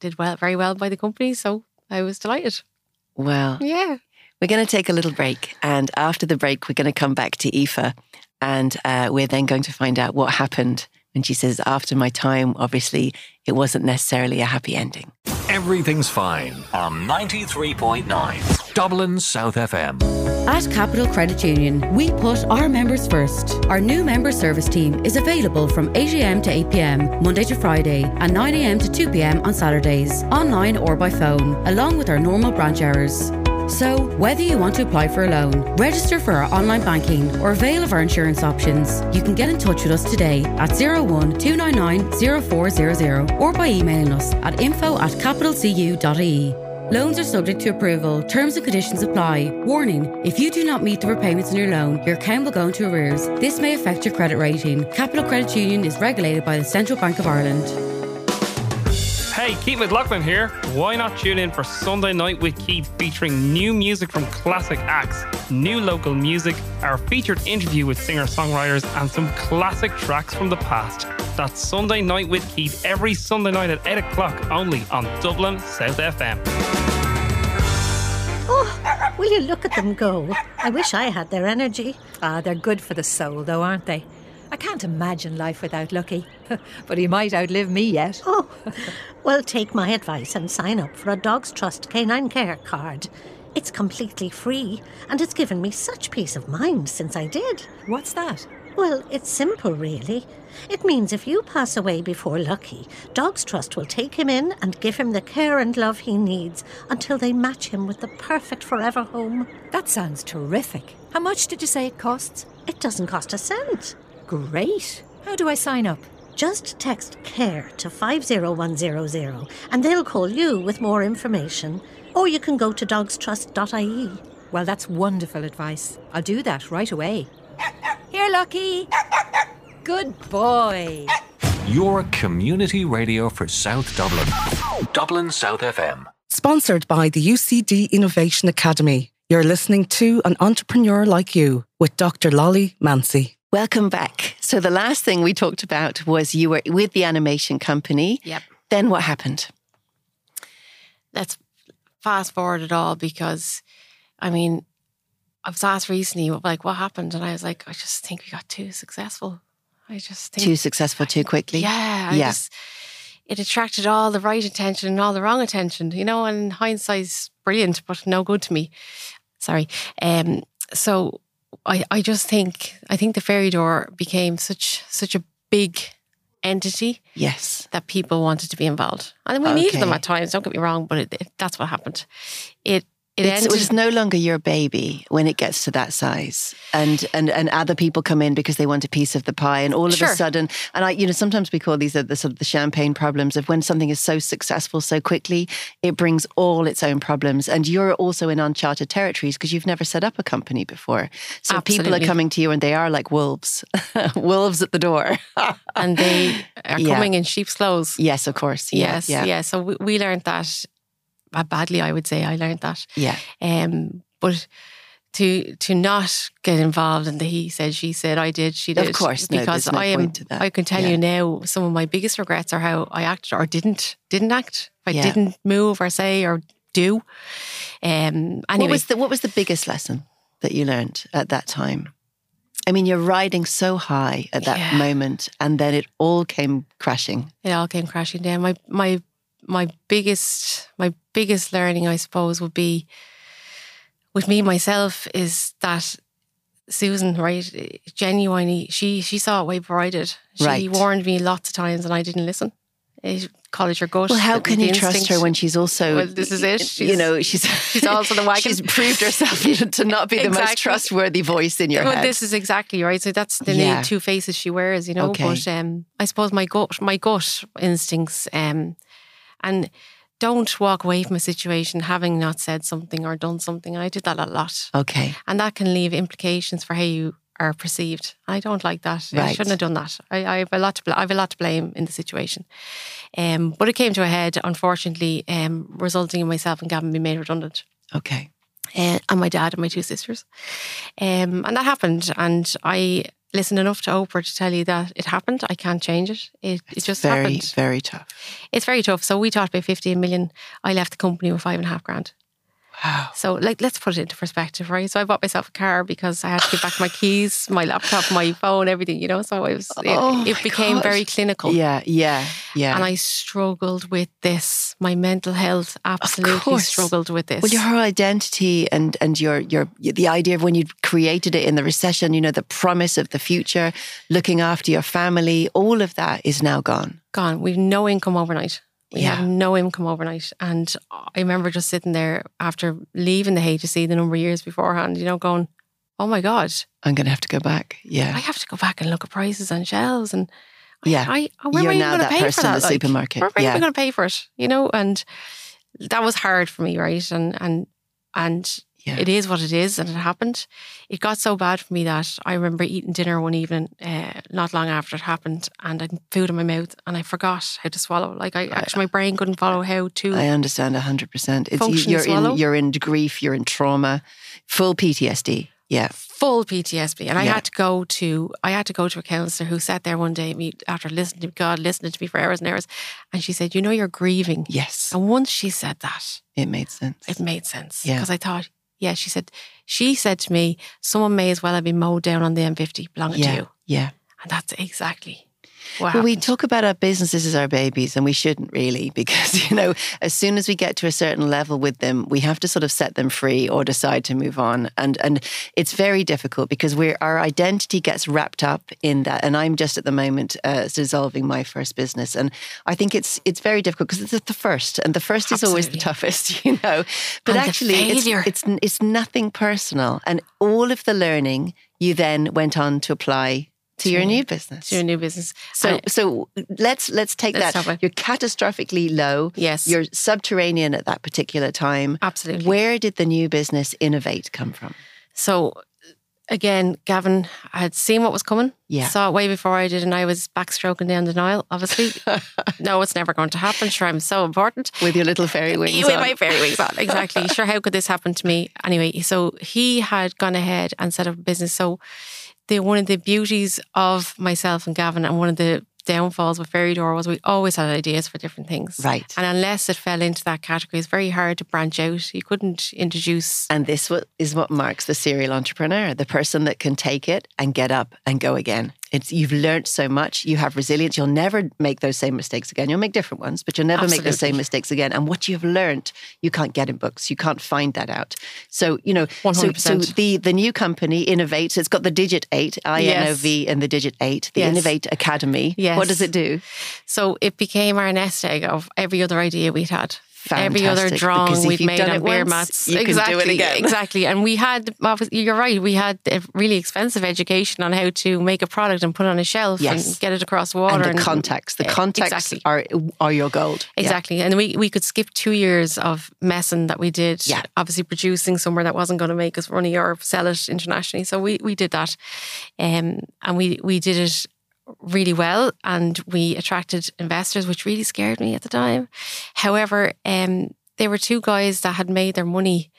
[SPEAKER 3] did well, very well by the company. So I was delighted.
[SPEAKER 2] Well,
[SPEAKER 3] Yeah.
[SPEAKER 2] we're going to take a little break. And after the break, we're going to come back to Aoife. And uh, we're then going to find out what happened And she says, after my time, obviously, it wasn't necessarily a happy ending.
[SPEAKER 4] Everything's fine on 93.9 Dublin South FM.
[SPEAKER 5] At Capital Credit Union, we put our members first. Our new member service team is available from 8am to 8pm, Monday to Friday, and 9am to 2pm on Saturdays, online or by phone, along with our normal branch hours. So, whether you want to apply for a loan, register for our online banking, or avail of our insurance options, you can get in touch with us today at 01 299 0400 or by emailing us at info at E capitalcu.ie. Loans are subject to approval. Terms and conditions apply. Warning if you do not meet the repayments on your loan, your account will go into arrears. This may affect your credit rating. Capital Credit Union is regulated by the Central Bank of Ireland.
[SPEAKER 6] Hey, Keith McLaughlin here. Why not tune in for Sunday Night with Keith featuring new music from classic acts, new local music, our featured interview with singer songwriters, and some classic tracks from the past. That's Sunday Night with Keith every Sunday night at 8 o'clock only on Dublin South FM.
[SPEAKER 7] Oh, will you look at them go? I wish I had their energy. Ah, they're good for the soul, though, aren't they? I can't imagine life without Lucky.
[SPEAKER 8] but he might outlive me yet.
[SPEAKER 7] Oh, well, take my advice and sign up for a Dogs Trust Canine Care card. It's completely free, and it's given me such peace of mind since I did.
[SPEAKER 8] What's that?
[SPEAKER 7] Well, it's simple, really. It means if you pass away before Lucky, Dogs Trust will take him in and give him the care and love he needs until they match him with the perfect forever home.
[SPEAKER 8] That sounds terrific. How much did you say it costs?
[SPEAKER 7] It doesn't cost a cent.
[SPEAKER 8] Great. How do I sign up?
[SPEAKER 7] Just text CARE to 50100 and they'll call you with more information. Or you can go to dogstrust.ie.
[SPEAKER 8] Well, that's wonderful advice. I'll do that right away. Here, Lucky. Good boy.
[SPEAKER 4] Your community radio for South Dublin. Dublin South FM.
[SPEAKER 1] Sponsored by the UCD Innovation Academy, you're listening to An Entrepreneur Like You with Dr. Lolly Mancy.
[SPEAKER 2] Welcome back. So the last thing we talked about was you were with the animation company.
[SPEAKER 3] Yep.
[SPEAKER 2] Then what happened?
[SPEAKER 3] Let's fast forward it all because, I mean, I was asked recently, like, what happened? And I was like, I just think we got too successful. I just think
[SPEAKER 2] Too successful too quickly.
[SPEAKER 3] Yeah, I
[SPEAKER 2] Yeah.
[SPEAKER 3] just- it attracted all the right attention and all the wrong attention, you know, and hindsight's brilliant, but no good to me. Sorry. Um, so I, I just think I think the fairy door became such such a big entity
[SPEAKER 2] Yes.
[SPEAKER 3] that people wanted to be involved. And we needed them
[SPEAKER 2] Okay.
[SPEAKER 3] at times, don't get me wrong, but it, it- that's what happened. It it
[SPEAKER 2] It's,
[SPEAKER 3] ended
[SPEAKER 2] it's no longer your baby when it gets to that size, and and and other people come in because they want a piece of the pie, and all of a
[SPEAKER 3] Sure.
[SPEAKER 2] sudden, and I, you know, sometimes we call these the, the sort of the champagne problems of when something is so successful so quickly, it brings all its own problems, and you're also in uncharted territories because you've never set up a company before, so people are
[SPEAKER 3] Absolutely.
[SPEAKER 2] coming to you and they are like wolves, wolves at the door.
[SPEAKER 3] and they are
[SPEAKER 2] Yeah.
[SPEAKER 3] coming in sheep's clothes.
[SPEAKER 2] yes, of course. Yeah,
[SPEAKER 3] yes,
[SPEAKER 2] Yeah.
[SPEAKER 3] yeah. So we, we learned that uh, badly, I would say. I learned that.
[SPEAKER 2] Yeah.
[SPEAKER 3] Um, but to to not get involved in the he said, she said, I did, she
[SPEAKER 2] Of
[SPEAKER 3] did.
[SPEAKER 2] course, no,
[SPEAKER 3] because
[SPEAKER 2] there's no
[SPEAKER 3] I am.
[SPEAKER 2] point to that.
[SPEAKER 3] I can tell
[SPEAKER 2] Yeah.
[SPEAKER 3] you now, some of my biggest regrets are how I acted or didn't didn't act. If I
[SPEAKER 2] Yeah.
[SPEAKER 3] didn't move or say or do. Um. Anyway,
[SPEAKER 2] What was the what was the biggest lesson that you learned at that time? I mean, you're riding so high at that
[SPEAKER 3] Yeah.
[SPEAKER 2] moment, and then it all came crashing.
[SPEAKER 3] it all came crashing down. My my my biggest my biggest learning, I suppose, would be with me myself is that Susan, right, genuinely, she she saw it way before I did. She
[SPEAKER 2] Right.
[SPEAKER 3] warned me lots of times, and I didn't listen. Eh, Call it your gut.
[SPEAKER 2] Well, how
[SPEAKER 3] the-
[SPEAKER 2] can
[SPEAKER 3] the
[SPEAKER 2] you trust
[SPEAKER 3] instinct.
[SPEAKER 2] her when she's also?
[SPEAKER 3] Well, this is it.
[SPEAKER 2] you
[SPEAKER 3] She's-
[SPEAKER 2] know, she's
[SPEAKER 3] she's also the wagon.
[SPEAKER 2] She's proved herself to not be the most
[SPEAKER 3] Exactly.
[SPEAKER 2] trustworthy voice in your
[SPEAKER 3] Well,
[SPEAKER 2] head.
[SPEAKER 3] this is exactly right. So that's the
[SPEAKER 2] Yeah.
[SPEAKER 3] new two faces she wears, you know.
[SPEAKER 2] Okay.
[SPEAKER 3] But um, I suppose my gut, my gut instincts, um, and don't walk away from a situation having not said something or done something. And I did that a lot,
[SPEAKER 2] okay,
[SPEAKER 3] and that can leave implications for how you are perceived. I don't like that. I
[SPEAKER 2] Right.
[SPEAKER 3] shouldn't have done that. I, I have a lot to bl- I have a lot to blame in the situation. Um, but it came to a head, unfortunately, um, resulting in myself and Gavin being made redundant
[SPEAKER 2] okay,
[SPEAKER 3] uh, and my dad and my two sisters. Um, and that happened. And I listened enough to Oprah to tell you that it happened. I can't change it. It, it just
[SPEAKER 2] very,
[SPEAKER 3] happened.
[SPEAKER 2] very tough.
[SPEAKER 3] It's very tough. So we talked about 15 million. I left the company with five and a half grand. So, like, let's put it into perspective, right? So, I bought myself a car because I had to give back my keys, my laptop, my phone, everything, you know. So, it was, it,
[SPEAKER 2] Oh
[SPEAKER 3] it
[SPEAKER 2] my
[SPEAKER 3] became
[SPEAKER 2] God.
[SPEAKER 3] very clinical.
[SPEAKER 2] Yeah, yeah, yeah.
[SPEAKER 3] And I struggled with this. My mental health absolutely
[SPEAKER 2] course.
[SPEAKER 3] struggled with this.
[SPEAKER 2] Well, your whole identity and and your your the idea of when you created it in the recession, you know, the promise of the future, looking after your family, all of that is now gone.
[SPEAKER 3] gone. We've no income overnight. We
[SPEAKER 2] Yeah.
[SPEAKER 3] have no income overnight. And I remember just sitting there after leaving the HSC the number of years beforehand, you know, going, oh my God,
[SPEAKER 2] I'm going to have to go back.
[SPEAKER 3] I
[SPEAKER 2] Yeah,
[SPEAKER 3] have to go back and look at prices on shelves. And
[SPEAKER 2] yeah.
[SPEAKER 3] I, I where
[SPEAKER 2] You're
[SPEAKER 3] am I
[SPEAKER 2] now
[SPEAKER 3] going to
[SPEAKER 2] that
[SPEAKER 3] pay
[SPEAKER 2] person
[SPEAKER 3] for
[SPEAKER 2] in
[SPEAKER 3] that?
[SPEAKER 2] the supermarket.
[SPEAKER 3] Where am I
[SPEAKER 2] Yeah.
[SPEAKER 3] going to pay for it? You know, and that was hard for me, right? And, and, and
[SPEAKER 2] Yeah.
[SPEAKER 3] it is what it is, and it happened. It got so bad for me that I remember eating dinner one evening, uh, not long after it happened, and I had food in my mouth, and I forgot how to swallow. Like I actually, my brain couldn't follow how to.
[SPEAKER 2] I understand 100%. It's
[SPEAKER 3] Function
[SPEAKER 2] you're
[SPEAKER 3] swallow.
[SPEAKER 2] in you're in grief, you're in trauma, full PTSD. Yeah.
[SPEAKER 3] full PTSD, and I
[SPEAKER 2] Yeah.
[SPEAKER 3] had to go to I had to go to a counselor who sat there one day at me after listening to God, listening to me for hours and hours, and she said, "You know, you're grieving."
[SPEAKER 2] Yes.
[SPEAKER 3] And once she said that,
[SPEAKER 2] It made sense.
[SPEAKER 3] it made sense
[SPEAKER 2] Yeah.
[SPEAKER 3] because I thought, yeah, she said she said to me, "Someone may as well have been mowed down on the M50, belonging to
[SPEAKER 2] yeah.
[SPEAKER 3] you,"
[SPEAKER 2] Yeah.
[SPEAKER 3] and that's exactly what
[SPEAKER 2] Well, we
[SPEAKER 3] happened.
[SPEAKER 2] talk about our businesses as our babies, and we shouldn't really, because, you know, as soon as we get to a certain level with them, we have to sort of set them free or decide to move on. And and it's very difficult because we're, our identity gets wrapped up in that. And I'm just at the moment uh, dissolving my first business. And I think it's it's very difficult because it's the first, and the first is always the toughest, you know. But
[SPEAKER 3] And the
[SPEAKER 2] actually, it's,
[SPEAKER 3] failure.
[SPEAKER 2] it's, it's nothing personal. And all of the learning you then went on to apply. To, your new business.
[SPEAKER 3] to a new business.
[SPEAKER 2] So
[SPEAKER 3] And-
[SPEAKER 2] so let's let's take
[SPEAKER 3] Let's
[SPEAKER 2] that.
[SPEAKER 3] start with-
[SPEAKER 2] You're catastrophically low.
[SPEAKER 3] Yes.
[SPEAKER 2] You're subterranean at that particular time.
[SPEAKER 3] Absolutely.
[SPEAKER 2] Where did the new business innovate come from?
[SPEAKER 3] So again, Gavin had seen what was coming.
[SPEAKER 2] Yeah.
[SPEAKER 3] Saw it way before I did, and I was backstroking down the Nile, obviously. no, it's never going to happen. Sure, I'm so important.
[SPEAKER 2] With your little fairy wings.
[SPEAKER 3] With
[SPEAKER 2] on.
[SPEAKER 3] my fairy wings on. Exactly. sure, how could this happen to me? Anyway, so he had gone ahead and set up a business. So the one of the beauties of myself and Gavin and one of the downfalls with Fairy Door was we always had ideas for different things.
[SPEAKER 2] Right.
[SPEAKER 3] And unless it fell into that category, it's very hard to branch out. You couldn't introduce
[SPEAKER 2] And this wa- is what marks the serial entrepreneur, the person that can take it and get up and go again. It's you've learned so much, you have resilience, you'll never make those same mistakes again. You'll make different ones, but you'll never make those same
[SPEAKER 3] Absolutely.
[SPEAKER 2] mistakes again. And what you've learned, you can't get in books. You can't find that out. So, you know, so, so
[SPEAKER 3] 100%.
[SPEAKER 2] the the new company innovates, it's got the digit 8, I N O V and the digit 8, the
[SPEAKER 3] Yes.
[SPEAKER 2] Innovate Academy.
[SPEAKER 3] Yes.
[SPEAKER 2] What does it do?
[SPEAKER 3] So it became our nest egg of every other idea we'd had. Every other
[SPEAKER 2] Fantastic, because
[SPEAKER 3] drawing
[SPEAKER 2] if
[SPEAKER 3] we'd
[SPEAKER 2] you've
[SPEAKER 3] made
[SPEAKER 2] done
[SPEAKER 3] on
[SPEAKER 2] it
[SPEAKER 3] beer
[SPEAKER 2] once,
[SPEAKER 3] mats.
[SPEAKER 2] you can do it
[SPEAKER 3] exactly,
[SPEAKER 2] again.
[SPEAKER 3] exactly. And we had, obviously, you're right, we had a really expensive education on how to make a product and put it on a shelf
[SPEAKER 2] Yes.
[SPEAKER 3] and get it across water.
[SPEAKER 2] and the contacts. The
[SPEAKER 3] Eh,
[SPEAKER 2] contacts
[SPEAKER 3] exactly.
[SPEAKER 2] are are your gold. Yeah.
[SPEAKER 3] Exactly. And we, we could skip two years of messing that we did,
[SPEAKER 2] Yeah.
[SPEAKER 3] obviously producing somewhere that wasn't going to make us money or sell it internationally. So we, we did that. Um, and we, we did it really well and we attracted investors, which really scared me at the time. However, um, there were two guys that had made their money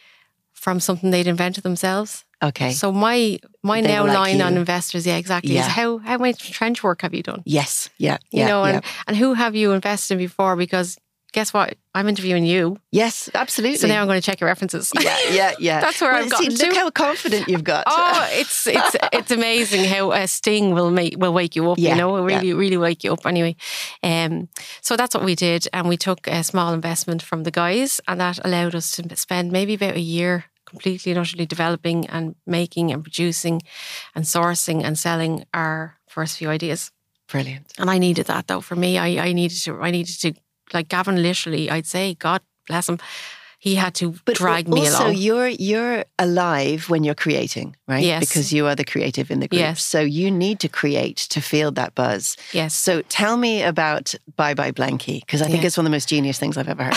[SPEAKER 3] from something they'd invented themselves.
[SPEAKER 2] Okay.
[SPEAKER 3] So my my
[SPEAKER 2] They
[SPEAKER 3] now
[SPEAKER 2] were like
[SPEAKER 3] line on
[SPEAKER 2] you.
[SPEAKER 3] investors, yeah, exactly,
[SPEAKER 2] Yeah.
[SPEAKER 3] is how how much trench work have you done?
[SPEAKER 2] yes. Yeah.
[SPEAKER 3] you
[SPEAKER 2] yeah,
[SPEAKER 3] know,
[SPEAKER 2] yeah.
[SPEAKER 3] and, and who have you invested in before? Because guess what? I'm interviewing you.
[SPEAKER 2] Yes, absolutely.
[SPEAKER 3] So now I'm going to check your references.
[SPEAKER 2] yeah, yeah, yeah.
[SPEAKER 3] That's where
[SPEAKER 2] well,
[SPEAKER 3] I've
[SPEAKER 2] see,
[SPEAKER 3] gotten
[SPEAKER 2] Look
[SPEAKER 3] to.
[SPEAKER 2] how confident you've got. Uh,
[SPEAKER 3] Oh, it's it's it's amazing how a sting will make will wake you up.
[SPEAKER 2] Yeah,
[SPEAKER 3] you know, it
[SPEAKER 2] yeah.
[SPEAKER 3] really really wake you up. Anyway, um, so that's what we did, and we took a small investment from the guys, and that allowed us to spend maybe about a year completely and utterly developing and making and producing, and sourcing and selling our first few ideas.
[SPEAKER 2] Brilliant.
[SPEAKER 3] And I needed that though. For me, I, I needed to I needed to like Gavin literally, I'd say, God bless him. He had to
[SPEAKER 2] But
[SPEAKER 3] drag
[SPEAKER 2] also,
[SPEAKER 3] me along.
[SPEAKER 2] you're you're alive when you're creating, right?
[SPEAKER 3] Yes.
[SPEAKER 2] Because you are the creative in the group.
[SPEAKER 3] Yes.
[SPEAKER 2] So you need to create to feel that buzz.
[SPEAKER 3] yes.
[SPEAKER 2] So tell me about Bye Bye Blankie, because I think
[SPEAKER 3] Yeah.
[SPEAKER 2] it's one of the most genius things I've ever heard.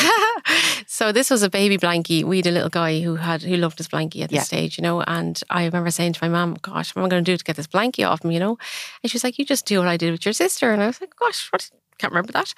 [SPEAKER 3] so this was a baby blankie. We had a little guy who had who loved his blankie at this
[SPEAKER 2] Yeah.
[SPEAKER 3] stage, you know. And I remember saying to my mum, "Gosh, what am I going to do to get this blankie off him?" You know, and she was like, "You just do what I did with your sister." And I was like, "Gosh, what?" Can't remember that.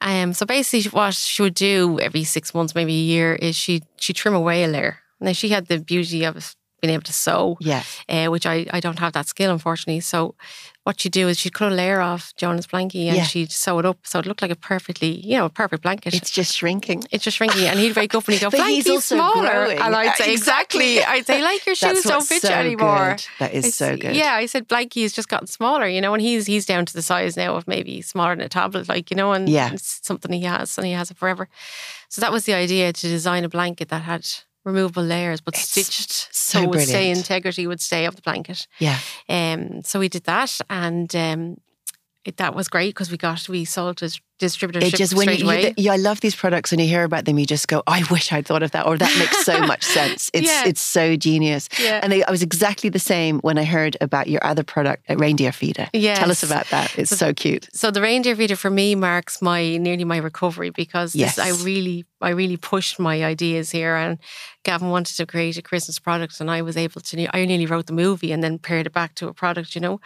[SPEAKER 3] Um, so basically, what she would do every six months, maybe a year, is she she trim away a layer. Now she had the beauty of being able to sew,
[SPEAKER 2] Yeah.
[SPEAKER 3] uh, which I, I don't have that skill, unfortunately. So what she'd do is she'd cut a layer off Jonah's blankie and
[SPEAKER 2] Yeah.
[SPEAKER 3] she'd sew it up so it looked like a perfectly, you know, a perfect blanket.
[SPEAKER 2] It's just shrinking.
[SPEAKER 3] It's just shrinking. And he'd wake up and he'd go,
[SPEAKER 2] But
[SPEAKER 3] Blankie's
[SPEAKER 2] he's also
[SPEAKER 3] smaller.
[SPEAKER 2] growing.
[SPEAKER 3] And I'd say,
[SPEAKER 2] Exactly.
[SPEAKER 3] exactly. I'd say, like, your shoes
[SPEAKER 2] That's
[SPEAKER 3] don't
[SPEAKER 2] what's
[SPEAKER 3] fit
[SPEAKER 2] so
[SPEAKER 3] you anymore.
[SPEAKER 2] good. That is
[SPEAKER 3] I
[SPEAKER 2] so
[SPEAKER 3] s-
[SPEAKER 2] good.
[SPEAKER 3] Yeah, I said Blankie's just gotten smaller, you know, and he's he's down to the size now of maybe smaller than a tablet, like, you know, and
[SPEAKER 2] Yeah.
[SPEAKER 3] it's something he has and he has it forever. So that was the idea to design a blanket that had removable layers but stitched
[SPEAKER 2] so
[SPEAKER 3] so it would stay
[SPEAKER 2] brilliant.
[SPEAKER 3] integrity would stay of the blanket.
[SPEAKER 2] Yeah.
[SPEAKER 3] Um, so we did that, and um, it, that was great because we got we sold to distributors.
[SPEAKER 2] It just when you,
[SPEAKER 3] straight
[SPEAKER 2] you,
[SPEAKER 3] away.
[SPEAKER 2] th- yeah, I love these products. When you hear about them, you just go, "I wish I'd thought of that," or "That makes so much sense." It's
[SPEAKER 3] Yeah.
[SPEAKER 2] it's so genius.
[SPEAKER 3] Yeah.
[SPEAKER 2] And I, I was exactly the same when I heard about your other product, a reindeer feeder. tell us
[SPEAKER 3] Yes.
[SPEAKER 2] about that. It's
[SPEAKER 3] So-
[SPEAKER 2] so cute.
[SPEAKER 3] so the reindeer feeder for me marks my nearly my recovery because this, I
[SPEAKER 2] Yes.
[SPEAKER 3] really I really pushed my ideas here and Gavin wanted to create a Christmas product and I was able to ne- I nearly wrote the movie and then paired it back to a product you know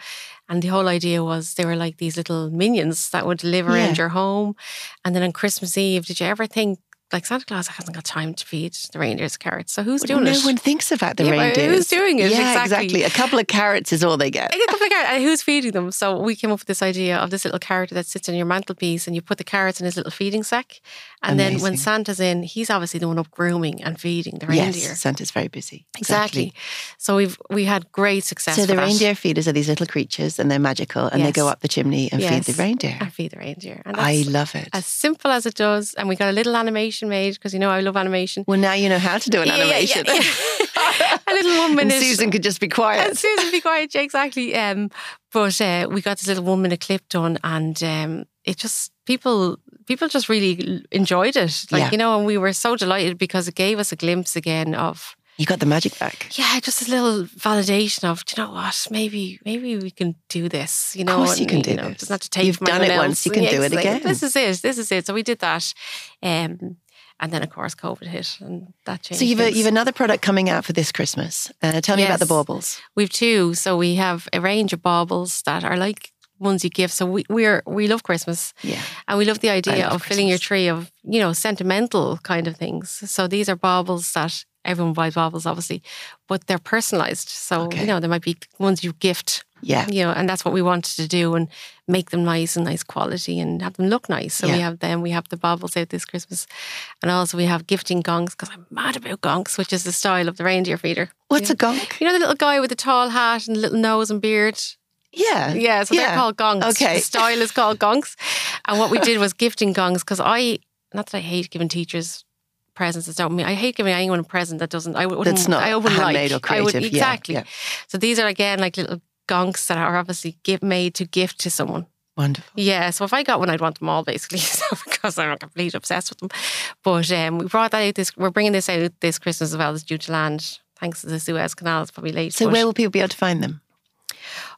[SPEAKER 3] and the whole idea was they were like these little minions that would live around
[SPEAKER 2] Yeah.
[SPEAKER 3] your home and then on Christmas Eve did you ever think like Santa Claus hasn't got time to feed the reindeers carrots so who's doing
[SPEAKER 2] no
[SPEAKER 3] it
[SPEAKER 2] one thinks about the
[SPEAKER 3] Yeah, but
[SPEAKER 2] reindeer.
[SPEAKER 3] who's doing it?
[SPEAKER 2] Yeah,
[SPEAKER 3] Exactly.
[SPEAKER 2] A couple of carrots is all they get.
[SPEAKER 3] I get the flick out. And who's feeding them? So we came up with this idea of this little carrot that sits on your mantelpiece, and you put the carrots in his little feeding sack. And then
[SPEAKER 2] Amazing.
[SPEAKER 3] when Santa's in, he's obviously the one up grooming and feeding the reindeer.
[SPEAKER 2] Yes, Santa's very busy.
[SPEAKER 3] Exactly. So we've we had great success.
[SPEAKER 2] So
[SPEAKER 3] with
[SPEAKER 2] the
[SPEAKER 3] that.
[SPEAKER 2] reindeer feeders are these little creatures, and they're magical, and they
[SPEAKER 3] Yes.
[SPEAKER 2] go up the chimney and feed
[SPEAKER 3] Yes.
[SPEAKER 2] the reindeer.
[SPEAKER 3] I feed the reindeer. And that's
[SPEAKER 2] I love it.
[SPEAKER 3] as simple as it does. And we got a little animation made because you know I love animation.
[SPEAKER 2] well, now you know how to do an
[SPEAKER 3] Yeah, yeah, yeah,
[SPEAKER 2] animation.
[SPEAKER 3] yeah. a little one
[SPEAKER 2] and
[SPEAKER 3] minute.
[SPEAKER 2] Susan could just be quiet.
[SPEAKER 3] And Susan, be quiet, yeah, exactly. Um, but uh, we got this little one minute clip done, and um, it just people people just really l- enjoyed it, like
[SPEAKER 2] Yeah.
[SPEAKER 3] you know. And we were so delighted because it gave us a glimpse again of
[SPEAKER 2] you got the magic back.
[SPEAKER 3] yeah, just this little validation of do you know what? Maybe maybe we can do this. You know,
[SPEAKER 2] course you can do
[SPEAKER 3] know,
[SPEAKER 2] this.
[SPEAKER 3] Doesn't have to take
[SPEAKER 2] You've
[SPEAKER 3] from
[SPEAKER 2] done
[SPEAKER 3] anyone
[SPEAKER 2] it once,
[SPEAKER 3] else.
[SPEAKER 2] you can do it
[SPEAKER 3] it's like,
[SPEAKER 2] again.
[SPEAKER 3] This is it. This is it. So we did that, um, and then of course COVID hit, and that changed.
[SPEAKER 2] So you've a,
[SPEAKER 3] things.
[SPEAKER 2] you've another product coming out for this Christmas. Uh, tell me about the
[SPEAKER 3] Yes.
[SPEAKER 2] baubles.
[SPEAKER 3] We've two. So we have a range of baubles that are like ones you give. So we we're, we love Christmas,
[SPEAKER 2] Yeah.
[SPEAKER 3] and we love the idea
[SPEAKER 2] love
[SPEAKER 3] of filling your tree of you know sentimental kind of things. So these are baubles that everyone buys baubles, obviously, but they're personalized. So
[SPEAKER 2] Okay.
[SPEAKER 3] you know there might be ones you gift.
[SPEAKER 2] Yeah.
[SPEAKER 3] You know, and that's what we wanted to do and make them nice and nice quality and have them look nice. So
[SPEAKER 2] Yeah.
[SPEAKER 3] we have them, we have the baubles out this Christmas. And also we have gifting gongs because I'm mad about gongs, which is the style of the reindeer feeder.
[SPEAKER 2] What's
[SPEAKER 3] Yeah.
[SPEAKER 2] a gonk?
[SPEAKER 3] You know the little guy with the tall hat and little nose and beard?
[SPEAKER 2] Yeah.
[SPEAKER 3] Yeah, so
[SPEAKER 2] Uh, Yeah.
[SPEAKER 3] they're called gongs.
[SPEAKER 2] Okay.
[SPEAKER 3] The style is called gongs. And what we did was gifting gongs because I, not that I hate giving teachers presents that don't mean, I hate giving anyone a present that doesn't, I wouldn't,
[SPEAKER 2] That's not
[SPEAKER 3] I wouldn't
[SPEAKER 2] handmade
[SPEAKER 3] like.
[SPEAKER 2] or
[SPEAKER 3] I
[SPEAKER 2] creative.
[SPEAKER 3] would,
[SPEAKER 2] Yeah,
[SPEAKER 3] exactly.
[SPEAKER 2] yeah.
[SPEAKER 3] So these are again like little gongs that are obviously gift, made to gift to someone.
[SPEAKER 2] Wonderful.
[SPEAKER 3] Yeah, so if I got one, I'd want them all basically, so, because I'm completely obsessed with them. But um, we brought that out this. We're bringing this out this Christmas as well. It's due to land, thanks to the Suez Canal. It's probably late.
[SPEAKER 2] So
[SPEAKER 3] but-
[SPEAKER 2] where will people be able to find them?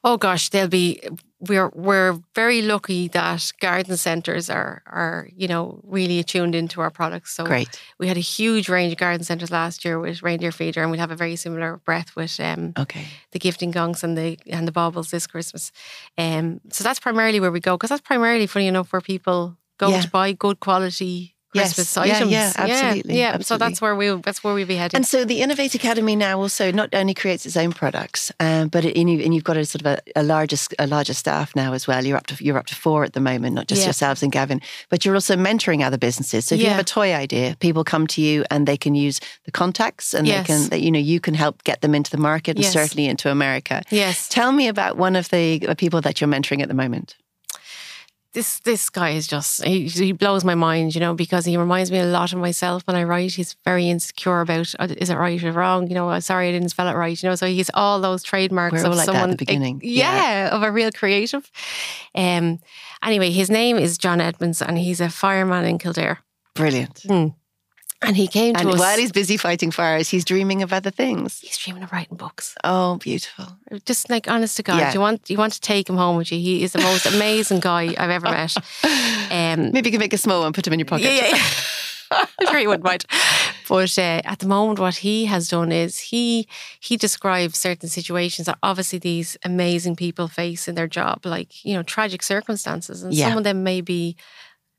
[SPEAKER 3] Oh gosh, they'll be. We're we're very lucky that garden centres are are you know really attuned into our products. So
[SPEAKER 2] Great.
[SPEAKER 3] we had a huge range of garden centres last year with reindeer feeder, and we'll have a very similar breath with um,
[SPEAKER 2] Okay.
[SPEAKER 3] the gifting gongs and the and the baubles this Christmas. Um, so that's primarily where we go because that's primarily funny enough where people go
[SPEAKER 2] Yeah.
[SPEAKER 3] to buy good quality
[SPEAKER 2] Yes.
[SPEAKER 3] Christmas
[SPEAKER 2] Yeah,
[SPEAKER 3] items.
[SPEAKER 2] yeah, absolutely,
[SPEAKER 3] yeah. So
[SPEAKER 2] absolutely.
[SPEAKER 3] that's where we will that's where we'll be heading.
[SPEAKER 2] And so the Innovate Academy now also not only creates its own products, um, but it, and, you, and you've got a sort of a, a larger a larger staff now as well. You're up to you're up to four at the moment, not just
[SPEAKER 3] Yeah.
[SPEAKER 2] yourselves and Gavin, but you're also mentoring other businesses. So if you
[SPEAKER 3] Yeah.
[SPEAKER 2] have a toy idea, people come to you and they can use the contacts, and
[SPEAKER 3] Yes.
[SPEAKER 2] they can that you know you can help get them into the market and
[SPEAKER 3] Yes.
[SPEAKER 2] certainly into America.
[SPEAKER 3] yes.
[SPEAKER 2] Tell me about one of the people that you're mentoring at the moment.
[SPEAKER 3] this this guy is just he, he blows my mind, you know, because he reminds me a lot of myself when I write. He's very insecure about uh, is it right or wrong, you know. "Oh, Sorry, I didn't spell it right, you know. So he's all those trademarks
[SPEAKER 2] We're
[SPEAKER 3] of
[SPEAKER 2] all like that at
[SPEAKER 3] someone eh, e-,
[SPEAKER 2] the beginning.
[SPEAKER 3] yeah, of a real creative. Um, anyway, his name is John Edmonds, and he's a fireman in Kildare,
[SPEAKER 2] Brilliant.
[SPEAKER 3] and he came to
[SPEAKER 2] And
[SPEAKER 3] us.
[SPEAKER 2] while he's busy fighting fires, he's dreaming of other things.
[SPEAKER 3] he's dreaming of writing books.
[SPEAKER 2] Oh, beautiful.
[SPEAKER 3] just like honest to God,
[SPEAKER 2] Yeah.
[SPEAKER 3] you want you want to take him home with you. He is the most amazing guy I've ever met. Um,
[SPEAKER 2] Maybe you can make a small one, put them in your pocket.
[SPEAKER 3] Yeah, yeah, yeah. I'm sure he wouldn't mind. But uh, at the moment, what he has done is he he describes certain situations that obviously these amazing people face in their job, like you know tragic circumstances, and
[SPEAKER 2] Yeah.
[SPEAKER 3] some of them may be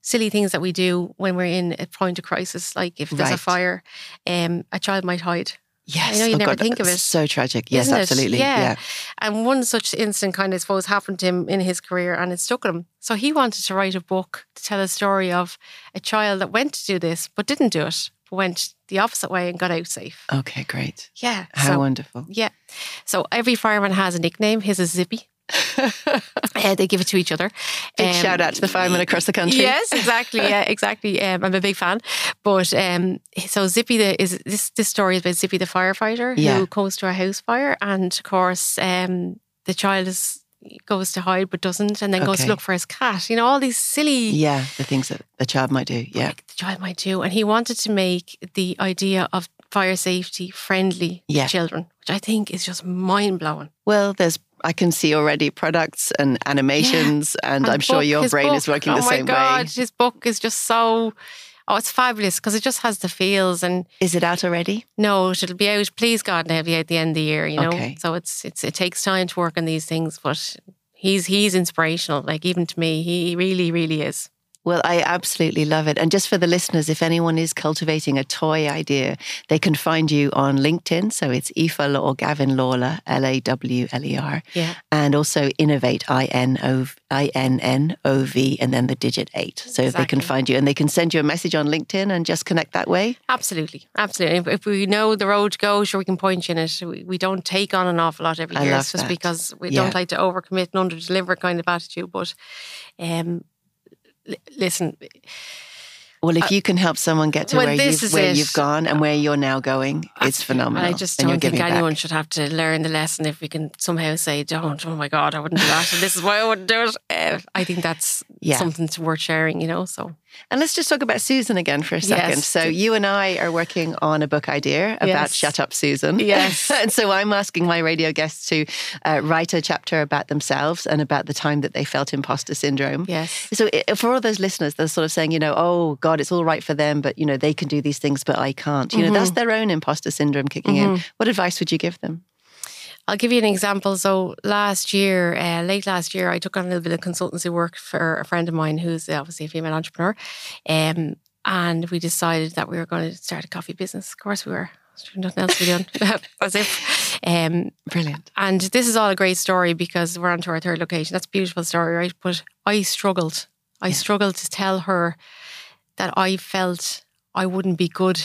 [SPEAKER 3] silly things that we do when we're in a point of crisis, like if there's a
[SPEAKER 2] Right.
[SPEAKER 3] fire, um, a child might hide.
[SPEAKER 2] Yes.
[SPEAKER 3] I know you
[SPEAKER 2] Oh,
[SPEAKER 3] never
[SPEAKER 2] God,
[SPEAKER 3] think of
[SPEAKER 2] that's
[SPEAKER 3] it.
[SPEAKER 2] So tragic. Yes,
[SPEAKER 3] isn't it?
[SPEAKER 2] absolutely. yeah.
[SPEAKER 3] And one such incident kind of, I suppose, happened to him in his career and it stuck with him. So he wanted to write a book to tell a story of a child that went to do this but didn't do it, but went the opposite way and got out safe.
[SPEAKER 2] Okay, great.
[SPEAKER 3] Yeah.
[SPEAKER 2] How
[SPEAKER 3] so,
[SPEAKER 2] wonderful.
[SPEAKER 3] yeah. So every fireman has a nickname. His is Zippy. Uh, they give it to each other.
[SPEAKER 2] Big
[SPEAKER 3] Um,
[SPEAKER 2] shout out to the firemen across the country.
[SPEAKER 3] Yes, exactly. Yeah, exactly. Um, I'm a big fan. But um, so Zippy the is this this story is about Zippy the firefighter
[SPEAKER 2] Yeah.
[SPEAKER 3] who comes to a house fire, and of course, um, the child is goes to hide but doesn't, and then goes to
[SPEAKER 2] Okay.
[SPEAKER 3] look for his cat. You know, all these silly
[SPEAKER 2] Yeah, the things that a child might do. Yeah.
[SPEAKER 3] like the child might do. And he wanted to make the idea of fire safety friendly to
[SPEAKER 2] Yeah.
[SPEAKER 3] children, which I think is just mind blowing.
[SPEAKER 2] Well, there's I can see already products and animations, and, I'm sure
[SPEAKER 3] book-
[SPEAKER 2] your
[SPEAKER 3] his
[SPEAKER 2] brain is
[SPEAKER 3] book.
[SPEAKER 2] working
[SPEAKER 3] oh
[SPEAKER 2] the same
[SPEAKER 3] my God,
[SPEAKER 2] way.
[SPEAKER 3] his book is just so. Oh, it's fabulous because it just has the feels and
[SPEAKER 2] Is it out already?
[SPEAKER 3] No, it'll be out. Please God, now it'll be out the end of the year. You know,
[SPEAKER 2] Okay.
[SPEAKER 3] so it's it's it takes time to work on these things, but he's he's inspirational. Like even to me, he really really is.
[SPEAKER 2] Well, I absolutely love it. And just for the listeners, if anyone is cultivating a toy idea, they can find you on LinkedIn. So it's Aoife or Gavin Lawler, L A W L E R.
[SPEAKER 3] Yeah.
[SPEAKER 2] And also Innovate, I N O I N N O V, and then the digit eight. So they can
[SPEAKER 3] Exactly.
[SPEAKER 2] find you and they can send you a message on LinkedIn and just connect that way.
[SPEAKER 3] Absolutely, absolutely. If, if we know the road to go, sure we can point you in it. We, we don't take on an awful lot every
[SPEAKER 2] I
[SPEAKER 3] year,
[SPEAKER 2] love
[SPEAKER 3] it's just
[SPEAKER 2] that.
[SPEAKER 3] because we
[SPEAKER 2] Yeah.
[SPEAKER 3] don't like to overcommit and underdeliver kind of attitude. But um, li- listen,
[SPEAKER 2] Well, if you can help someone get to
[SPEAKER 3] Uh, well,
[SPEAKER 2] where, you've,
[SPEAKER 3] this is
[SPEAKER 2] where
[SPEAKER 3] it.
[SPEAKER 2] you've gone and where you're now going, it's phenomenal.
[SPEAKER 3] I just
[SPEAKER 2] And you're
[SPEAKER 3] don't think
[SPEAKER 2] giving
[SPEAKER 3] anyone
[SPEAKER 2] back.
[SPEAKER 3] should have to learn the lesson if we can somehow say, don't, oh my God, I wouldn't do that. and this is why I wouldn't do it. Uh, I think that's
[SPEAKER 2] Yeah.
[SPEAKER 3] something to worth sharing, you know? So,
[SPEAKER 2] And let's just talk about Susan again for a second.
[SPEAKER 3] Yes.
[SPEAKER 2] So you and I are working on a book idea about
[SPEAKER 3] Yes.
[SPEAKER 2] Shut Up Susan.
[SPEAKER 3] Yes.
[SPEAKER 2] and so I'm asking my radio guests to uh, write a chapter about themselves and about the time that they felt imposter syndrome.
[SPEAKER 3] yes.
[SPEAKER 2] So i for all those listeners, they're sort of saying, you know, oh God, it's all right for them, but you know, they can do these things, but I can't. You know,
[SPEAKER 3] Mm-hmm.
[SPEAKER 2] that's their own imposter syndrome kicking in. What advice would you give them?
[SPEAKER 3] I'll give you an example. So last year, uh, late last year, I took on a little bit of consultancy work for a friend of mine who's uh, obviously a female entrepreneur, um, and we decided that we were going to start a coffee business. Of course, we were. There's nothing else to be done. As if, um,
[SPEAKER 2] Brilliant.
[SPEAKER 3] and this is all a great story because we're on to our third location. That's a beautiful story, right? But I struggled. I struggled to tell her that I felt I wouldn't be good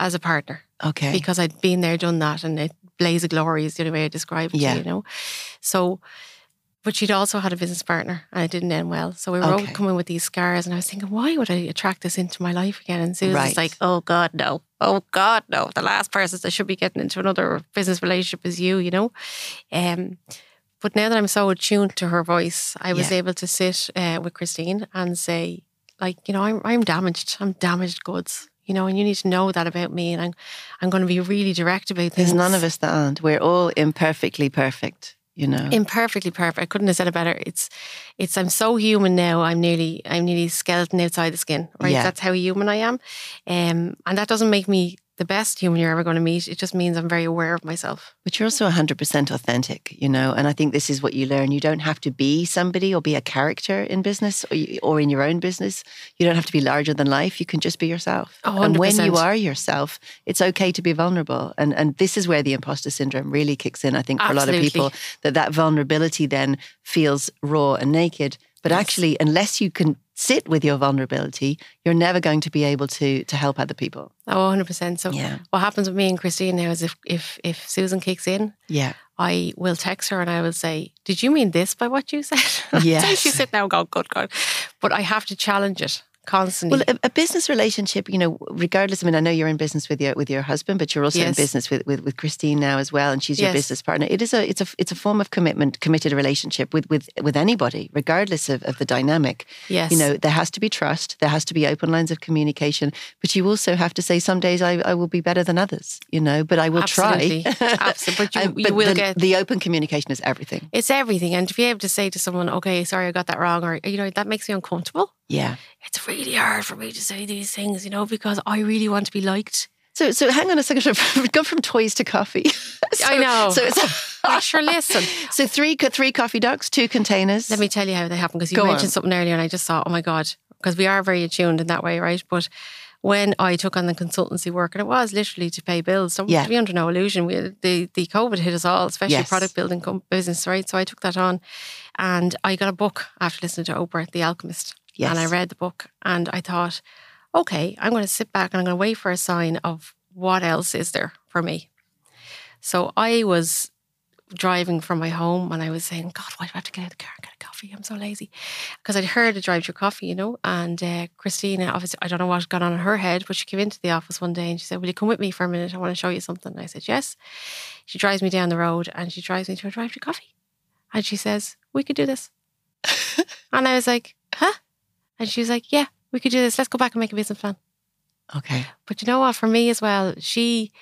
[SPEAKER 3] as a partner
[SPEAKER 2] Okay.
[SPEAKER 3] because I'd been there, done that, and it blaze of glory is the only way I describe it. to
[SPEAKER 2] Yeah.
[SPEAKER 3] you know, so. But she'd also had a business partner, and it didn't end well. So we were all
[SPEAKER 2] Okay.
[SPEAKER 3] coming with these scars, and I was thinking, why would I attract this into my life again? And Susan's
[SPEAKER 2] Right.
[SPEAKER 3] like, "Oh God, no! Oh God, no! The last person that should be getting into another business relationship is you," you know. Um, but now that I'm so attuned to her voice, I was
[SPEAKER 2] Yeah.
[SPEAKER 3] able to sit uh, with Christine and say, like, you know, I'm I'm damaged. I'm damaged goods. You know, and you need to know that about me, and I'm I'm going to be really direct about things.
[SPEAKER 2] There's none of us that aren't. We're all imperfectly perfect, you know.
[SPEAKER 3] imperfectly perfect. I couldn't have said it better. It's it's I'm so human now. I'm nearly I'm nearly skeleton outside the skin. Right,
[SPEAKER 2] Yeah.
[SPEAKER 3] that's how human I am, um, and that doesn't make me the best human you're ever going to meet. It just means I'm very aware of myself.
[SPEAKER 2] But you're also 100% authentic, you know, and I think this is what you learn. You don't have to be somebody or be a character in business or, you, or in your own business. You don't have to be larger than life. You can just be yourself.
[SPEAKER 3] Oh,
[SPEAKER 2] And when you
[SPEAKER 3] 100%.
[SPEAKER 2] are yourself, it's okay to be vulnerable. And, and this is where the imposter syndrome really kicks in, I think, for a lot of
[SPEAKER 3] Absolutely.
[SPEAKER 2] people, that that vulnerability then feels raw and naked. But actually, unless you can sit with your vulnerability, you're never going to be able to, to help other people.
[SPEAKER 3] Oh, 100 percent. So
[SPEAKER 2] Yeah.
[SPEAKER 3] what happens with me and Christine now is if if if Susan kicks in,
[SPEAKER 2] Yeah.
[SPEAKER 3] I will text her and I will say, "Did you mean this by what you said?"
[SPEAKER 2] Yes.
[SPEAKER 3] so she's sitting there and going, "Good God," but I have to challenge it constantly.
[SPEAKER 2] Well, a, a business relationship, you know, regardless. I mean, I know you're in business with your with your husband, but you're also in
[SPEAKER 3] Yes.
[SPEAKER 2] business with, with with Christine now as well, and she's your
[SPEAKER 3] Yes.
[SPEAKER 2] business partner. It is a it's a it's a form of commitment, committed relationship with with with anybody, regardless of, of the dynamic.
[SPEAKER 3] yes,
[SPEAKER 2] You know, there has to be trust. There has to be open lines of communication, but you also have to say, some days I, I will be better than others. You know, but I will
[SPEAKER 3] absolutely,
[SPEAKER 2] try.
[SPEAKER 3] absolutely. But you,
[SPEAKER 2] Uh,
[SPEAKER 3] you
[SPEAKER 2] but
[SPEAKER 3] will
[SPEAKER 2] the,
[SPEAKER 3] get
[SPEAKER 2] the open communication is everything.
[SPEAKER 3] It's everything. And to be able to say to someone, okay, sorry, I got that wrong, or, you know, that makes me uncomfortable.
[SPEAKER 2] Yeah.
[SPEAKER 3] It's really hard for me to say these things, you know, because I really want to be liked.
[SPEAKER 2] So so hang on a second. We've gone from toys to coffee.
[SPEAKER 3] I know.
[SPEAKER 2] So it's.
[SPEAKER 3] Like, sure, listen.
[SPEAKER 2] So three co- three coffee ducks, two containers.
[SPEAKER 3] Let me tell you how they happen because you
[SPEAKER 2] Go
[SPEAKER 3] mentioned
[SPEAKER 2] on.
[SPEAKER 3] something earlier and I just thought, oh my God, because we are very attuned in that way, right? But when I took on the consultancy work, and it was literally to pay bills. So
[SPEAKER 2] Yeah.
[SPEAKER 3] to be under no illusion, we, the the COVID hit us all, especially
[SPEAKER 2] Yes.
[SPEAKER 3] product building com- business, right? So I took that on, and I got a book after listening to Oprah, The Alchemist,
[SPEAKER 2] Yes.
[SPEAKER 3] and I read the book, and I thought, okay, I'm going to sit back and I'm going to wait for a sign of what else is there for me. So I was driving from my home and I was saying, God, why do I have to get out of the car and get a coffee? I'm so lazy. Because I'd heard a drive through coffee, you know. And uh, Christina, obviously, I don't know what got on in her head, but she came into the office one day and she said, Will you come with me for a minute? I want to show you something. And I said, Yes. She drives me down the road and she drives me to a drive through coffee. And she says, We could do this. and I was like, Huh? And she was like, Yeah, we could do this. Let's go back and make a business plan.
[SPEAKER 2] Okay.
[SPEAKER 3] But you know what? For me as well, she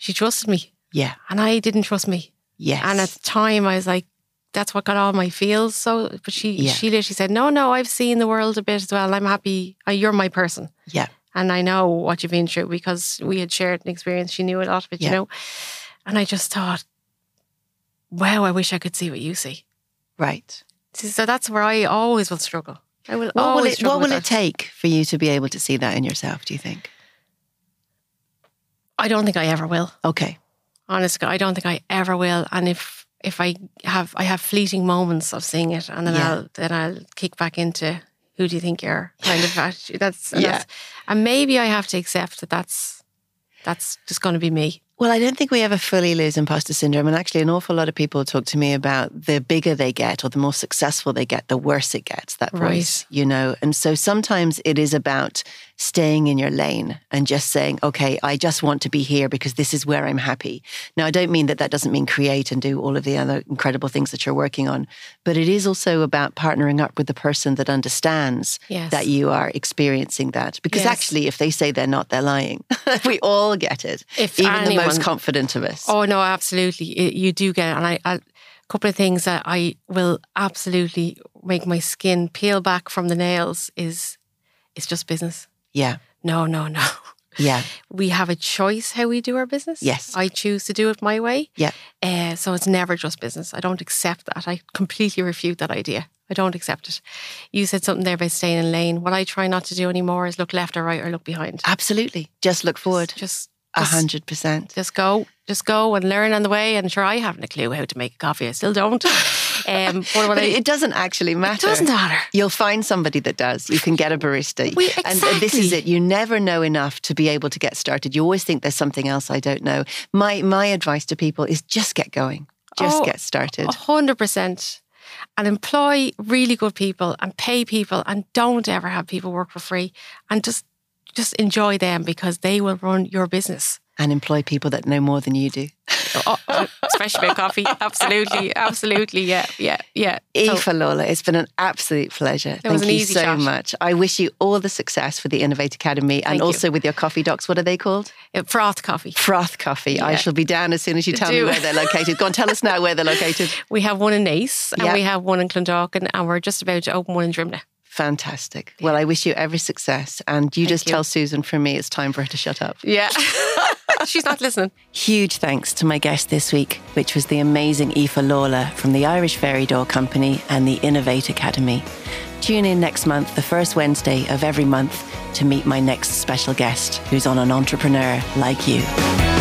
[SPEAKER 3] she trusted me
[SPEAKER 2] Yeah.
[SPEAKER 3] and I didn't trust me.
[SPEAKER 2] Yes.
[SPEAKER 3] And at the time, I was like, that's what got all my feels. So, but she
[SPEAKER 2] Yeah.
[SPEAKER 3] she literally said, no, no, I've seen the world a bit as well. I'm happy. Uh, You're my person,
[SPEAKER 2] yeah.
[SPEAKER 3] and I know what you've been through because we had shared an experience. She knew a lot of it,
[SPEAKER 2] Yeah.
[SPEAKER 3] you know. And I just thought, wow, I wish I could see what you see.
[SPEAKER 2] Right.
[SPEAKER 3] See, So uh, that's where I always will struggle. I will
[SPEAKER 2] What will
[SPEAKER 3] always
[SPEAKER 2] it
[SPEAKER 3] struggle
[SPEAKER 2] What
[SPEAKER 3] with
[SPEAKER 2] will it
[SPEAKER 3] that.
[SPEAKER 2] take for you to be able to see that in yourself? Do you think?
[SPEAKER 3] I don't think I ever will.
[SPEAKER 2] Okay.
[SPEAKER 3] Honestly, I don't think I ever will. And if if I have I have fleeting moments of seeing it, and then
[SPEAKER 2] Yeah.
[SPEAKER 3] I'll then I'll kick back into who do you think you're kind of attitude. That's and
[SPEAKER 2] Yeah.
[SPEAKER 3] that's- and maybe I have to accept that that's that's just going to be me.
[SPEAKER 2] Well, I don't think we ever fully lose imposter syndrome. And actually, an awful lot of people talk to me about the bigger they get or the more successful they get, the worse it gets, that
[SPEAKER 3] Right.
[SPEAKER 2] voice, you know? And so sometimes it is about staying in your lane and just saying, okay, I just want to be here because this is where I'm happy. Now, I don't mean that that doesn't mean create and do all of the other incredible things that you're working on, but it is also about partnering up with the person that understands
[SPEAKER 3] Yes.
[SPEAKER 2] that you are experiencing that. Because
[SPEAKER 3] Yes.
[SPEAKER 2] actually, if they say they're not, they're lying. we all get it
[SPEAKER 3] If
[SPEAKER 2] even the most
[SPEAKER 3] anyone-
[SPEAKER 2] confident of us.
[SPEAKER 3] Oh no, absolutely, It- you do get it. And I, I a couple of things that I will absolutely make my skin peel back from the nails is it's just business.
[SPEAKER 2] Yeah,
[SPEAKER 3] No, no, no.
[SPEAKER 2] yeah,
[SPEAKER 3] We have a choice how we do our business.
[SPEAKER 2] Yes.
[SPEAKER 3] I choose to do it my way.
[SPEAKER 2] yeah,
[SPEAKER 3] Uh, so it's never just business. I don't accept that. I completely refute that idea. I don't accept it. You said something there about staying in lane. What I try not to do anymore is look left or right or look behind.
[SPEAKER 2] absolutely. Just look forward.
[SPEAKER 3] Just,
[SPEAKER 2] A
[SPEAKER 3] just,
[SPEAKER 2] hundred percent.
[SPEAKER 3] just go, just go and learn on the way. And sure, I haven't a clue how to make a coffee. I still don't. Um, but when
[SPEAKER 2] But
[SPEAKER 3] I,
[SPEAKER 2] it doesn't actually matter.
[SPEAKER 3] doesn't matter.
[SPEAKER 2] You'll find somebody that does. You can get a barista.
[SPEAKER 3] We-
[SPEAKER 2] And th- this is
[SPEAKER 3] exactly.
[SPEAKER 2] it. You never know enough to be able to get started. You always think there's something else I don't know. My my advice to people is just get going. Just
[SPEAKER 3] Oh,
[SPEAKER 2] get started.
[SPEAKER 3] A hundred percent. And employ really good people and pay people and don't ever have people work for free and just just enjoy them because they will run your business.
[SPEAKER 2] And employ people that know more than you do.
[SPEAKER 3] Oh, oh, especially about coffee. Absolutely, absolutely, yeah, yeah, yeah. So-
[SPEAKER 2] Aoife Lola, it's been an absolute pleasure. Thank
[SPEAKER 3] was an
[SPEAKER 2] you
[SPEAKER 3] easy
[SPEAKER 2] so
[SPEAKER 3] chat.
[SPEAKER 2] much. I wish you all the success with the Innovate Academy and
[SPEAKER 3] Thank you.
[SPEAKER 2] also with your coffee docs. What are they called?
[SPEAKER 3] Uh, froth coffee.
[SPEAKER 2] Froth Coffee. I
[SPEAKER 3] Yeah.
[SPEAKER 2] shall be down as soon as you tell me
[SPEAKER 3] Do.
[SPEAKER 2] where they're located. Go on, tell us now where they're located.
[SPEAKER 3] We have one in Nace and
[SPEAKER 2] Yeah.
[SPEAKER 3] we have one in Clondalkin and we're just about to open one in Drimna.
[SPEAKER 2] Fantastic. Well, I wish you every success. And you just
[SPEAKER 3] you.
[SPEAKER 2] tell Susan from me it's time for her to shut up.
[SPEAKER 3] Yeah. She's not listening.
[SPEAKER 2] Huge thanks to my guest this week, which was the amazing Aoife Lawler from the Irish Ferry Door Company and the Innovate Academy. Tune in next month, the first Wednesday of every month, to meet my next special guest who's on an entrepreneur like you.